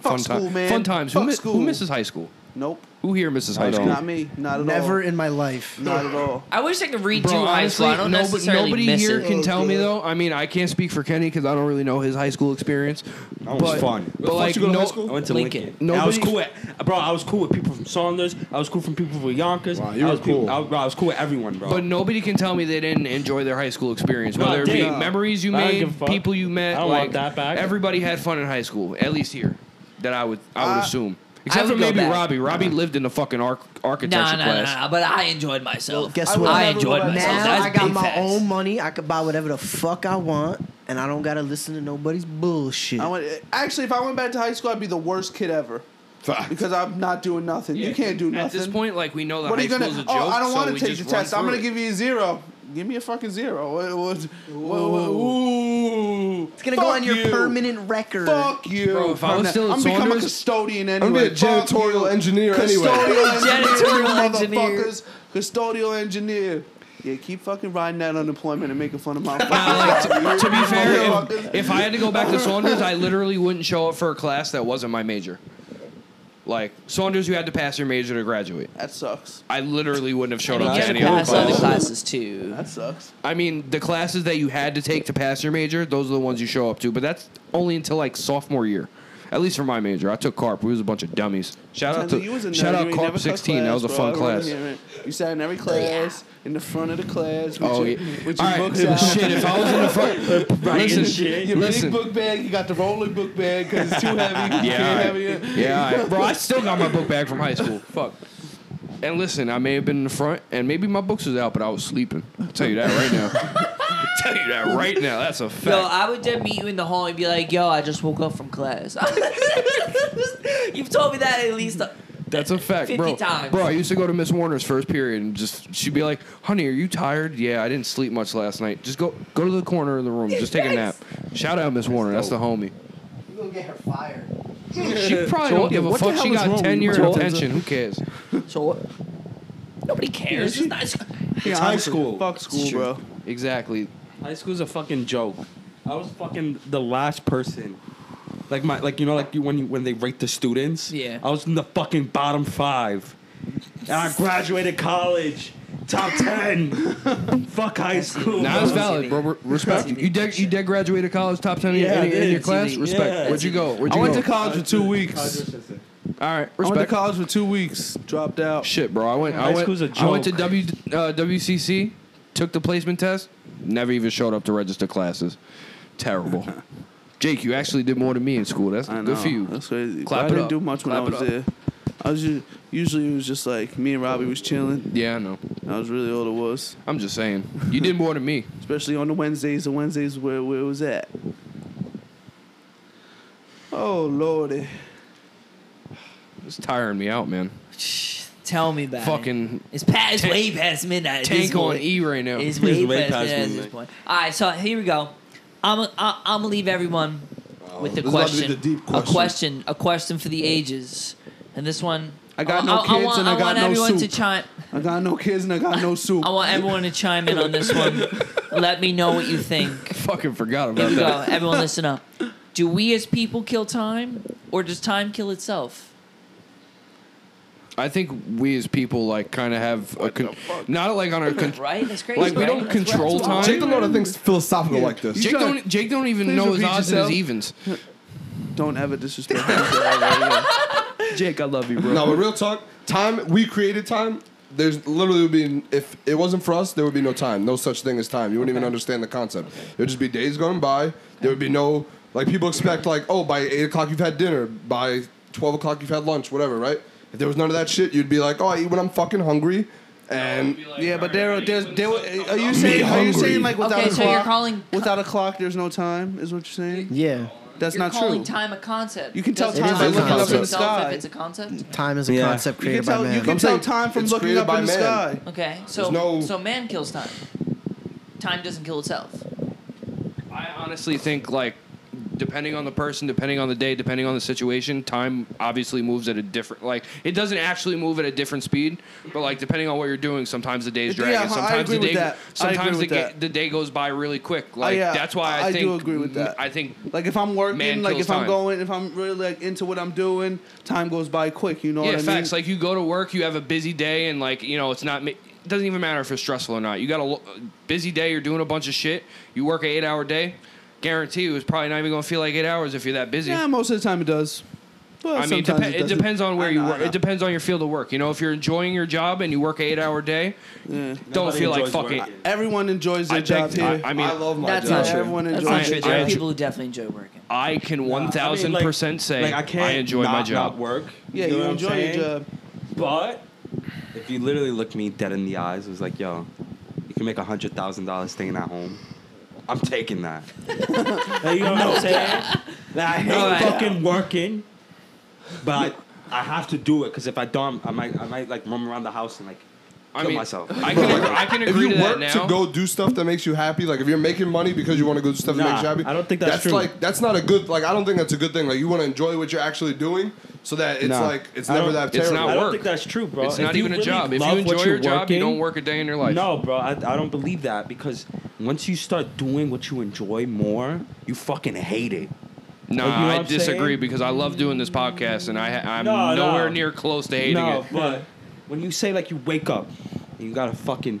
fun school, time- man. Fun times. Who, Fuck mi- school. who misses high school? Nope. Who here misses high school? Not me. Not at all. Never in my life. Not at all. I wish I could redo Bro, high honestly, school. I don't nobo- necessarily nobody miss here it. can tell me though. I mean, I can't speak for Kenny because I don't really know his high school experience. That was But- fun. But like, you go to no, high school? I went to Lincoln. Lincoln. Nobody- I was cool with, bro. I was cool with people from Saunders. I was cool from people from Yonkers. Wow, you I were was cool. cool. I, bro, I was cool with everyone, bro. But nobody can tell me they didn't enjoy their high school experience, No, I whether it be did. memories you I don't made, give a fuck. people you met. I don't like, want that back. Everybody had fun in high school, at least here, that I would I Uh, would assume. Except would for go maybe back. Robbie. Robbie lived in the fucking arch- architecture Nah, nah, nah, class. nah, but I enjoyed myself. guess I what? I enjoyed Now myself. That's I got big my facts. own money. I could buy whatever the fuck I want, and I don't gotta listen to nobody's bullshit. I went, actually, if I went back to high school, I'd be the worst kid ever. Because I'm not doing nothing. you can't do nothing. At this point, like we know that what are high you school gonna? is a joke. oh, I don't so want we to take just the run test. I'm through gonna it. give you a zero. Give me a fucking zero. What? What? what, what ooh. it's gonna go Fuck on your you. permanent record. Fuck you. Bro, if I was Permanent- still at I'm becoming a Saunders- custodian I'm anyway. gonna be a Fuck you. janitorial engineer anyway. Custodial engineer, Janitorial engineer. motherfuckers. Custodial engineer. Yeah, keep fucking riding that unemployment and making fun of my Nah, fucking like, to, to be fair, Motherfuckers. if, if I had to go back to Saunders, I literally wouldn't show up for a class that wasn't my major. Like Saunders, you had to pass your major to graduate. That sucks. I literally wouldn't have showed And up you to had to any other pass other class. classes too. That sucks. I mean, the classes that you had to take to pass your major, those are the ones you show up to. But that's only until like sophomore year. At least for my major, I took CARP. We was a bunch of dummies. Shout out Tenzin, to you was a nerd. shout You out ain't CARP never cut 16. that class, was a bro. I fun remember class. hearing it. You sat in every class, in the front of the class, with Oh, your, yeah. with your All right, books out. shit. If I was in the front, listen, your listen. big book bag, you got the roller book bag because it's too heavy. Yeah, alright. you can't have it. Yeah, all right. bro, I still got my book bag from high school. Fuck. And listen, I may have been in the front, and maybe my books was out, but I was sleeping. I'll tell you that right now. tell you that right now. That's a fact. Yo, I would then meet you in the hall and be like, "Yo, I just woke up from class." You've told me that at least. That's a fact, 50 bro. times. Bro, I used to go to Miss Warner's first period and just she'd be like, "Honey, are you tired? Yeah, I didn't sleep much last night. Just go go to the corner of the room. Just take a nap." Shout out Miss Warner. That's the homie. You gonna get her fired. She probably don't give a what the fuck. hell She is wrong got with ten you, year Jordan? attention. Who cares? So what? Nobody cares. It's not- it's- Yeah, high honestly, school. Fuck school, bro. Exactly. High school's a fucking joke. I was fucking the last person. Like my, like you know, like you when you, when they rate the students. Yeah. I was in the fucking bottom five, and I graduated college top ten. Fuck high school. Now it's valid, bro. Re- Respect. You did you did graduate college top ten in- Yeah, in, I in did. your class. Yeah. Respect. Where'd you go? Where'd you I went go? to college for two weeks. All right. I went to Respect. college for two weeks. Dropped out. Shit, bro. I went. I High went. school's a I went to joke. W uh, WCC. Took the placement test. Never even showed up to register classes. Terrible. Jake, you actually did more than me in school. That's I know. good for you. That's crazy. Clap But I it didn't up. do much when Clap I it was up. there. I was just, usually it was just like me and Robbie was chilling. Yeah, I know. That was really all it was. I'm just saying. You did more than me. especially on the Wednesdays. The Wednesdays where where it was at. Oh lordy, It's tiring me out, man. Tell me about it. Fucking It's past. It's Tank- way past midnight. at this tank on point. E right now. It's way, way past, past midnight at midnight. this point. All right, so here we go. I'm i I'm gonna leave everyone with the this is about to be question, the deep a question. question, a question for the ages, and this one. I got no kids want, and I got want no everyone soup. to chime. I got no kids and I got no soup. I want everyone to chime in on this one. Let me know what you think. fucking forgot Here about we that. go. Everyone, listen up. Do we as people kill time, or does time kill itself? I think we as people like kind of have a con- not like on our con- Right? That's crazy. like we right? don't That's control wild. time. Jake don't know the things philosophical like this. Jake don't, Jake don't even Please know his repeat odds yourself. and his evens. Don't ever disrespect me. Right Jake, I love you, bro. No, but real talk. Time we created time. There's literally would be if it wasn't for us, there would be no time. No such thing as time. You wouldn't even understand the concept. It would just be days going by. There would be no like people expect like oh by eight o'clock you've had dinner by twelve o'clock you've had lunch whatever right. If there was none of that shit, you'd be like oh I eat when I'm fucking hungry, and there. yeah, but there, there's, there. Are you saying? Are hungry. you saying like without Okay, a so clock? you're calling- without a clock, there's no time. Is what you're saying? Yeah, That's You're not calling true. time a concept. You can tell Does time by looking up in itself the if sky. It's a concept. time is a Yeah. concept You can created by tell. man. You can I'm tell saying time from it's looking created up by in the man. sky. Okay, so There's no- so man kills time. Time doesn't kill itself. I honestly think like depending on the person, depending on the day, depending on the situation, time obviously moves at a different like it doesn't actually move at a different speed, but like depending on what you're doing, sometimes the days Yeah, drag. and I sometimes agree the with day that. I agree sometimes the, with ga- that. the day goes by really quick. Like yeah, that's why I, I do think agree with that. I think Like if I'm working, Man like kills if I'm time. going, if I'm really like into what I'm doing, time goes by quick. You know yeah, what I facts. mean? Like you go to work, you have a busy day, and like you know, it's not. ma- It doesn't even matter if it's stressful or not. You got a lo- a busy day. You're doing a bunch of shit. You work an eight-hour day. Guarantee you, it's probably not even gonna feel like eight hours if you're that busy. yeah, most of the time it does. Well, I mean, sometimes depe- it doesn't. depends on where I you know, I work. know. It depends on your field of work. You know, if you're enjoying your job and you work an eight-hour day, don't Nobody feel like enjoys fucking. working. Everyone enjoys their I job beg. I, here. I mean, I love my That's job. not true. Everyone That's enjoys not it. true. I- There I- are people who definitely enjoy working. I can one thousand like- percent say like I can't. enjoy my not job. Not work. Yeah, you, know you what I'm enjoy your saying? job. But if you literally looked me dead in the eyes, it was like, yo, you can make a hundred thousand dollars staying at home. I'm taking that. Like, you know what I'm saying? Like, I hate Alright. fucking working, but I have to do it because if I don't, I might, I might like roam around the house and like I kill mean, myself. I can, But, like, I can if agree you to work that now. to go do stuff that makes you happy, like if you're making money because you want to go do stuff that Nah, makes you happy, I don't think that's true. like that's not a good. Like I don't think that's a good thing. Like you want to enjoy what you're actually doing, so that it's Nah. like it's I never don't- that it's terrible. not I don't work. think that's true, bro. it's If not you even a really job. If love you what enjoy your you're job, you working- don't work a day in your life. No, bro, I, I don't believe that because once you start doing what you enjoy more, you fucking hate it. No, Like, you know I what I'm disagree saying? because I love doing this podcast and I ha- I'm No, no. nowhere near close to hating no, it. but when you say like you wake up and you gotta fucking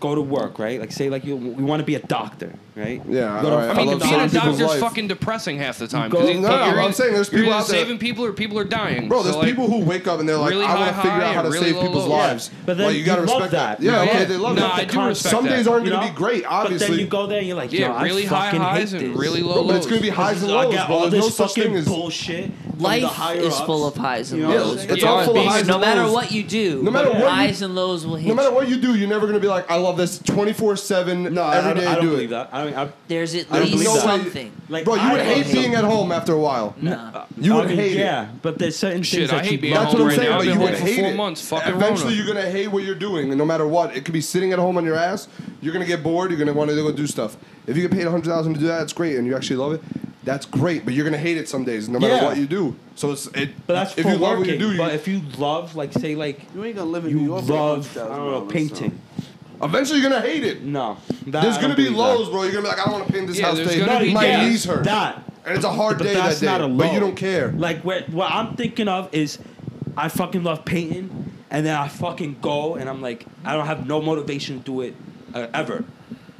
go to work, right? Like say like you you want to be a doctor, right? Yeah, You go to alright, I I fucking mean, love being a some people's doctor's life. fucking depressing half the time. Go- 'cause it- No, no, you're I'm either- saying there's you're people either out there- saving people or people are dying. Bro, there's So, like, people who wake up and they're like, really I want high to figure high out how to and really save low people's low. lives. Yeah, but then Like, you gotta you love respect that. Yeah, You okay, love they love that. that. Nah, I do Some respect Some that. days aren't you gonna know? be great, obviously. But then you go there and you're like, Yeah, yo, I really high fucking hate highs and this. really low Bro, but it's lows. gonna be highs and I lows, get bro. all There's this no such fucking thing as bullshit. from the Life higher is ups. full of highs and You know, lows. it's all full of highs No and matter lows. what you do, No matter what you- highs and lows will hit. No matter you. what you do, you're never gonna be like, I love this 24 seven. No, I- I every don't, day I don't do believe it. that. I mean, I, There's at I don't least believe that. something. like, Bro, you I would don't hate know. being at home after a while. Nah. You would I mean, hate it. Yeah, but there's certain Shit, things I that hate you being love. That's what I'm right saying. now. I've But been you would home for hate four it. months. Fucking Eventually, Rona. you're gonna hate what you're doing, and no matter what, it could be sitting at home on your ass. You're gonna get bored. You're gonna want to go do stuff. If you get paid hundred thousand to do that, it's great, and you actually love it. That's great, but you're gonna hate it some days, no matter Yeah. what you do. So it's it. But that's if for you love working. what you do, but you, if you love, like, say, like You ain't gonna live in New you York. for love, I $100,000, don't know, so. painting. eventually you're gonna hate it. No, that, There's I gonna don't be believe lows, bro. You're gonna be like, I don't want to paint this Yeah, house there's today. That. gonna No, be My yeah, knees hurt, That, and it's a hard but day that that's day. not a low. But you don't care. Like what, what I'm thinking of is, I fucking love painting, and then I fucking go, and I'm like, I don't have no motivation to do it uh, ever.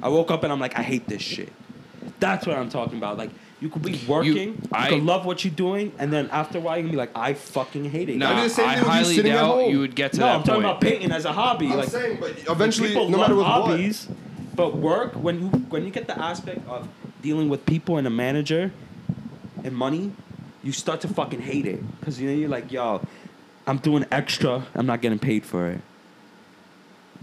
I woke up and I'm like, I hate this shit. That's what I'm talking about. Like. You could be working, you, I- could love what you're doing, and then after a while you can be like, I fucking hate it. Nah, I do the same I thing with you highly sitting at doubt home. you would get to no, that I'm talking point. about painting as a hobby. I'm like, saying, but eventually, people no matter love with what, hobbies, but work when you when you get the aspect of dealing with people and a manager and money, you start to fucking hate it because you know you're like, yo, I'm doing extra, I'm not getting paid for it.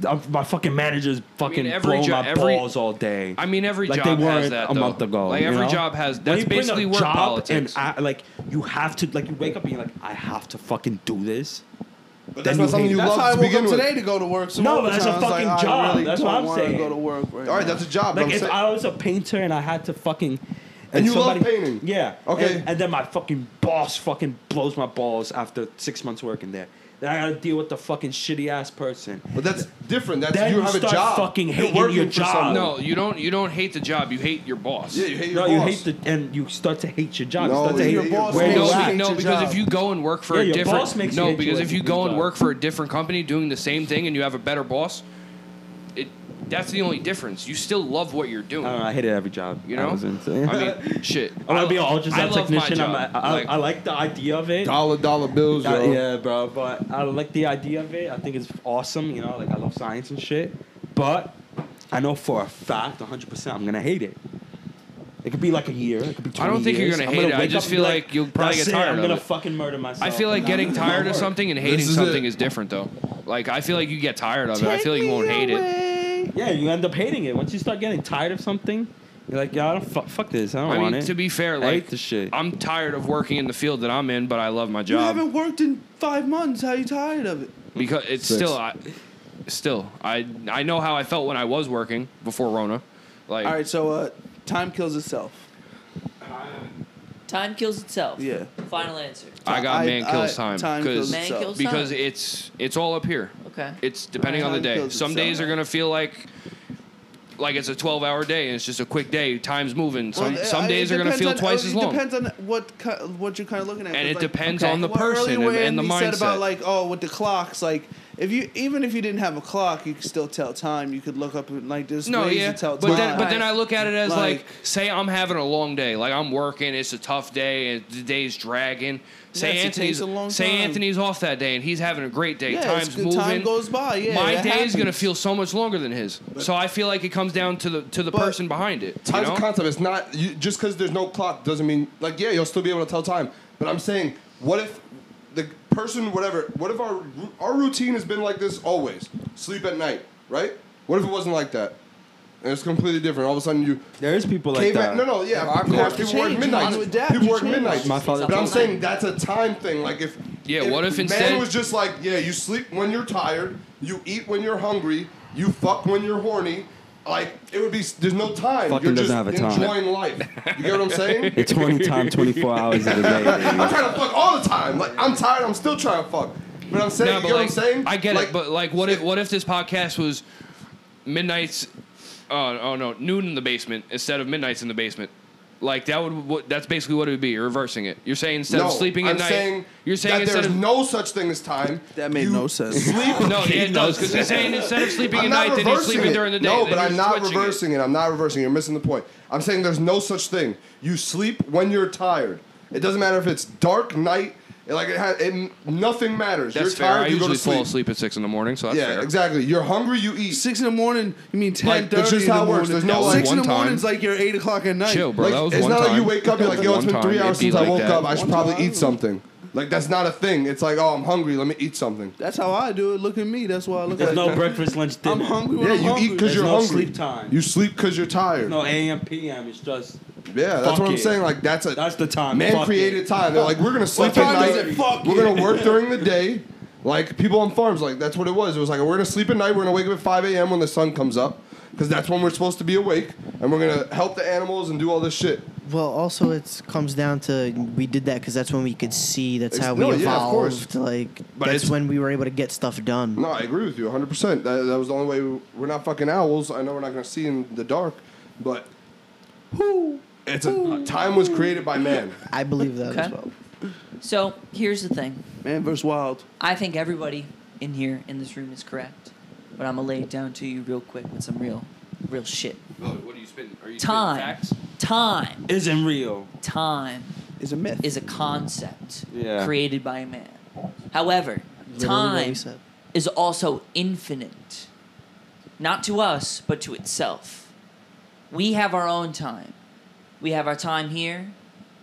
I'm, my fucking manager's fucking every blowing jo- my every- balls all day. I mean, every like job they weren't has that. a though. month ago. Like you every know? job has. When That's you bring basically up work job politics. And I, like you have to, like you wake up and you're like, I have to fucking do this. But Then that's not something you hate you it. That's love how I to woke begin up with. today to go to work. So No, all the that's a time I was fucking like, I job. really That's don't what I'm wanna saying. Go to work. Right All right, now. that's a job. but Like I'm if saying- I was a painter and I had to fucking And you love painting? Yeah. Okay. And, and then my fucking boss fucking blows my balls after six months working there. Then I gotta deal with the fucking shitty ass person. But that's different. That's Then you you have start a job. fucking You're hating your working for job. someone. no, you don't. You don't hate the job. You hate your boss. Yeah, you hate your No, you boss. hate the and you start to hate your job. No, you start to you hate hate your boss where makes you're you at. No, hate be- no, your because job. if you go and work for Yeah, a your different boss makes you no, hate because you if at you your go and job. work for a different company doing the same thing and you have a better boss, it that's the only difference. You still love what you're doing. I don't know. I hated every job. you I know, was in. I, mean, shit. I want to be an I ultrasound love technician. My I'm job. a, I, like, I like the idea of it. dollar dollar bills, Uh, yo. yeah, bro. But I like the idea of it. I think it's awesome. You know, like I love science and shit. But I know for a fact, 100, percent I'm gonna hate it. It could be like a year. It could be 20 I don't think you're years. gonna I'm hate it. I wake just up and feel be like you'll probably "That's get tired It. I'm of gonna it." fucking murder myself. I feel like Nah, getting it's not tired of work. something and hating This is something it. is different though. Like I feel like you get tired of it. I feel like you won't hate it. Yeah, you end up hating it once you start getting tired of something. You're like, yeah, I don't fuck, fuck this. I don't I want mean, it. to be fair, I like hate this shit. I'm tired of working in the field that I'm in, but I love my You job. haven't worked in five months. How you tired of it? because it's still I, still I I know how I felt when I was working before Rona. Like All right, so uh, time kills itself. Time kills itself. Yeah. Final answer. I got I- man kills time. I- time 'cause- kills Man So- kills because time. it's it's all up here. Okay. It's depending on the Time day. kills Some itself. days are gonna feel like like it's a 12 hour day and it's just a quick day. Time's moving. Some Well, some I- days it are gonna depends feel on- twice it as long. depends on what ki- what you're kind of looking at. And 'cause, it like, depends okay. on the well, person and, earlier and the you mindset. said about like oh with the clocks like if you even if you didn't have a clock you could still tell time. You could look up and like there's no, ways yeah, to tell but time. then but then I look at it as like, Like- say I'm having a long day, like I'm working, it's a tough day, and the day's dragging. Say Yes, it takes Anthony's a long say time. Anthony's off that day and he's having a great day. yeah, it's Time's good. moving. Time goes by. Yeah, my that day is gonna happens. feel so much longer than his. so I feel like it comes down to the to the But person behind it. You Time's know? a concept. It's not you, just because there's no clock doesn't mean like yeah you'll still be able to tell time. But I'm saying, what if the person whatever? What if our ru- our routine has been like this always? Sleep at night, right? What if it wasn't like that? And it's completely different. All of a sudden you There's people like came back. that. No, no, yeah, of course. to People work change. You midnight. have to adapt. People You work change. midnight. My father- But I'm saying that's a time thing. Like if Yeah, if what if man instead- was just like yeah, you sleep when you're tired, you eat when you're hungry, you fuck when you're horny. Like it would be there's no time. Fucking you're just doesn't have a time. enjoying life. You get what I'm saying? It's 20 time, 24 hours of the day. I'm baby. trying to fuck all the time. Like I'm tired. I'm still trying to fuck. But I'm saying, Nah, you but get what like, I'm saying? I get it, but like, what if what if this podcast was midnight's? Uh, oh no, noon in the basement instead of midnight's in the basement. Like that would what, that's basically what it would be. You're reversing it. You're saying instead no, of sleeping I'm at night, saying you're saying that instead there's of no such thing as time. that made You no sense. Sleep. no, yeah, it does because you're saying instead of sleeping I'm at not night, then you're reversing sleeping it. during the day. No, then you're but I'm not switching it. reversing it. I'm not reversing it. You're missing the point. I'm saying there's no such thing. You sleep when you're tired. It doesn't matter if it's dark night. It, like it, ha- it, nothing matters. That's you're fair. tired. I you go usually to sleep. fall asleep at six in the morning, so that's Yeah, fair. exactly. You're hungry. You eat. Six in the morning, you mean ten Like, that's thirty just in the how it works. morning. There's no, like, six in the one time. morning's like your eight o'clock at night. Chill, bro. Like, that was it's one not time. like you wake up, you're like, yo, it's been One three time, hours it'd be since I like woke that. up. I should One probably time. eat something. Like, that's not a thing. It's like, oh, I'm hungry. Let me eat something. That's how I do it. Look at me. That's why I look There's like no breakfast, lunch, dinner. I'm hungry when Yeah, I'm you hungry. eat because There's you're no hungry. sleep time. You sleep because you're tired. No AM, PM. It's just yeah, that's Fuck what I'm it. saying. Like, that's a that's the time. man Fuck created it. time. They're like, we're gonna sleep at time night. is it? Fuck we're gonna work during the day. Like people on farms, like that's what it was. It was like we're gonna sleep at night. We're gonna wake up at 5 a.m. when the sun comes up, because that's when we're supposed to be awake, and we're gonna help the animals and do all this shit. Well, also it comes down to we did that because that's when we could see. That's Ex- how we no, yeah, of course. evolved. Like But that's it's- when we were able to get stuff done. No, I agree with you 100%. That, that was the only way we, we're not fucking owls. I know we're not going to see in the dark, but it's a, time was created by man. I believe that as Okay. well. So here's the thing. Man versus wild. I think everybody in here in this room is correct, but I'm gonna lay it down to you real quick with some real, real shit. What are you spitting? Are you spitting Time, facts? time, Isn't real. time Is a myth. is a concept Yeah. created by a man. However, Literally what time you said. is also infinite, not to us, but to itself. We have our own time. We have our time here,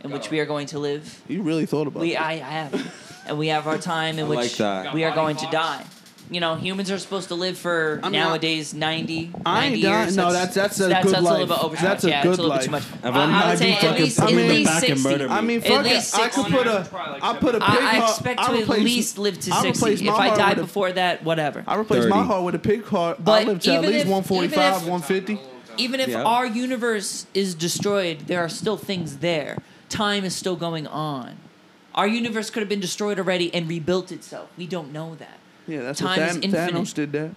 in which we are going to live. You really thought about We, it. I, I have, and we have our time in I which like that. we are Got going body to die. clocks? You know, humans are supposed to live for I'm not- nowadays 90, I 90 ain't dying- years. no, that's- that's a good that's a little life. bit overtoo That's much. a yeah, good it's a little bit too much. life. I, If I'm I would 90, say at fucking least, put at me least back and 60. murder I mean, At fuck it. least I could 60. put a. Probably like I put a pig I, I heart. expect I to at replace- least live to I 60. replace If my I heart die with a- before that, whatever. I replace my 30. heart with a pig heart. I But live to at even least if- 145, even if- 150. Even if Yeah. our universe is destroyed, there are still things there. Time is still going on. Our universe could have been destroyed already and rebult itself. We don't know that. Yeah, that's Time what is Than- infinite. Thanos did that.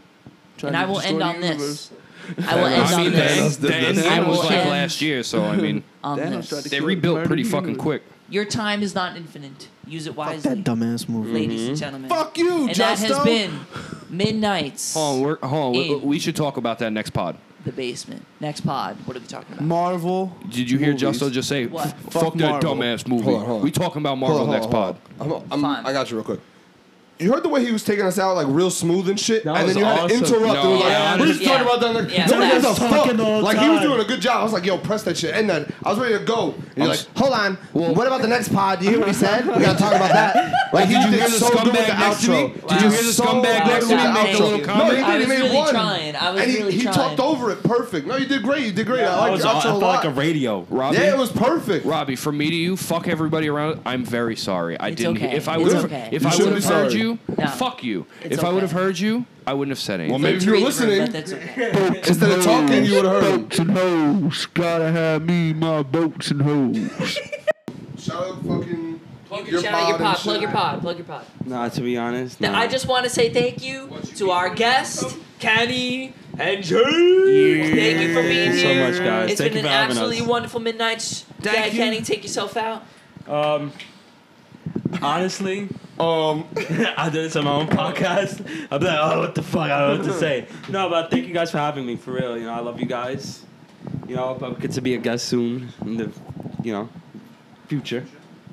Tried and to I will destroy end the on universe. this. I will end I on mean, this. the end I game was will like end last year, so I mean, On Thanos this. tried to they kill- rebuilt murder pretty the fucking universe. quick. Your time is not infinite. Use it Fuck that wisely, dumbass movie. ladies and gentlemen. Mm-hmm. Fuck you, Oh. And that Justo. has been Midnight's Hold on, we're, hold on. we- In. we should talk about that next pod. The Basement. Next pod. What are we talking about? Marvel. Did you hear movies. Justo just say, What? "F- "Fuck, Fuck that Marvel." dumbass movie"? Hold on, hold on. We talking about Marvel Hold on, next hold on, pod. hold on. I'm, Fine. I'm, I got you real quick. You heard the way he was taking us out, like real smooth and shit, That and was then you had to awesome. interrupt. No, and was like, yeah, we're just yeah. talking about that. Like, Yeah. nobody gives a Somebody's talking the fuck. whole Like he was time. doing a good job. I was like, yo, press that shit, and then I was ready to go. And you're I'm like, s- hold on. what about the next pod? Do you hear what he said? We gotta talk about that. Like Did he you hear the did so good with the scumbag next to me? outro. Did you hear the So scumbag good next with to me the make a outro. little No, he comment? did. I He was made really one. trying. I was and he, really he trying. talked over it perfect. No, you did great. You did great. I I liked was your I outro a felt lot. like a radio. Robbie, yeah, it was perfect. Robbie, from me to you, fuck everybody around. I'm very sorry. I It's didn't. okay. If I It's would have, okay. if You I shouldn't would have be heard sorry. you, No. fuck you. It's if I would have okay. heard you, I wouldn't have said anything. Well, maybe if you were Read through, but listening that's okay. instead of talking, you would have heard him. Boats and hoes, gotta have me my boats and hoes. Shout out fucking You can shout out your pod, plug your pod, plug your pod. Nah, to be honest, Now, nah. I just want to say thank you to our guest, Kenny and Jake. Thank you for being Thank you so here. much, guys. It's Thank been an you for having absolutely us. wonderful midnight. Sh- Thank Dad, you. Kenny, take yourself out. um, honestly, Um, I did this on my own podcast. I'm like, oh, what the fuck? I don't know what to say. No, but thank you guys for having me. For real, you know, I love you guys. You know, I hope I get to be a guest soon in the, you know, future.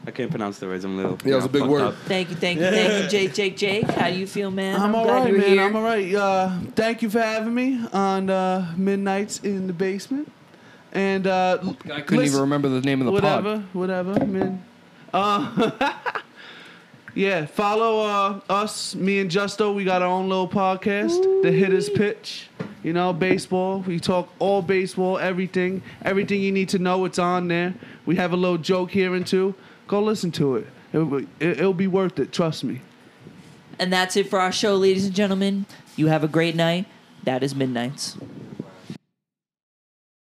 I can't pronounce the words. I'm a little. Yeah, it was a big fucked word. up. Thank you, thank you, thank you, Jake, Jake, Jake. How do you feel, man? I'm all glad right, you're man. Here. I'm all right. Uh, thank you for having me on uh, Midnights in the Basement. And uh, l- I couldn't listen- even remember the name of the pod. whatever, whatever, man. Uh, yeah, follow uh, us, me and Justo. We got our own little podcast, The Hitters Pitch. You know, baseball. We talk all baseball, everything, everything you need to know. It's on there. We have a little joke here and two. Go listen to it. It'll, be- it- it'll be worth it. Trust me. And that's it for our show, ladies and gentlemen. You have a great night. That is Midnight's.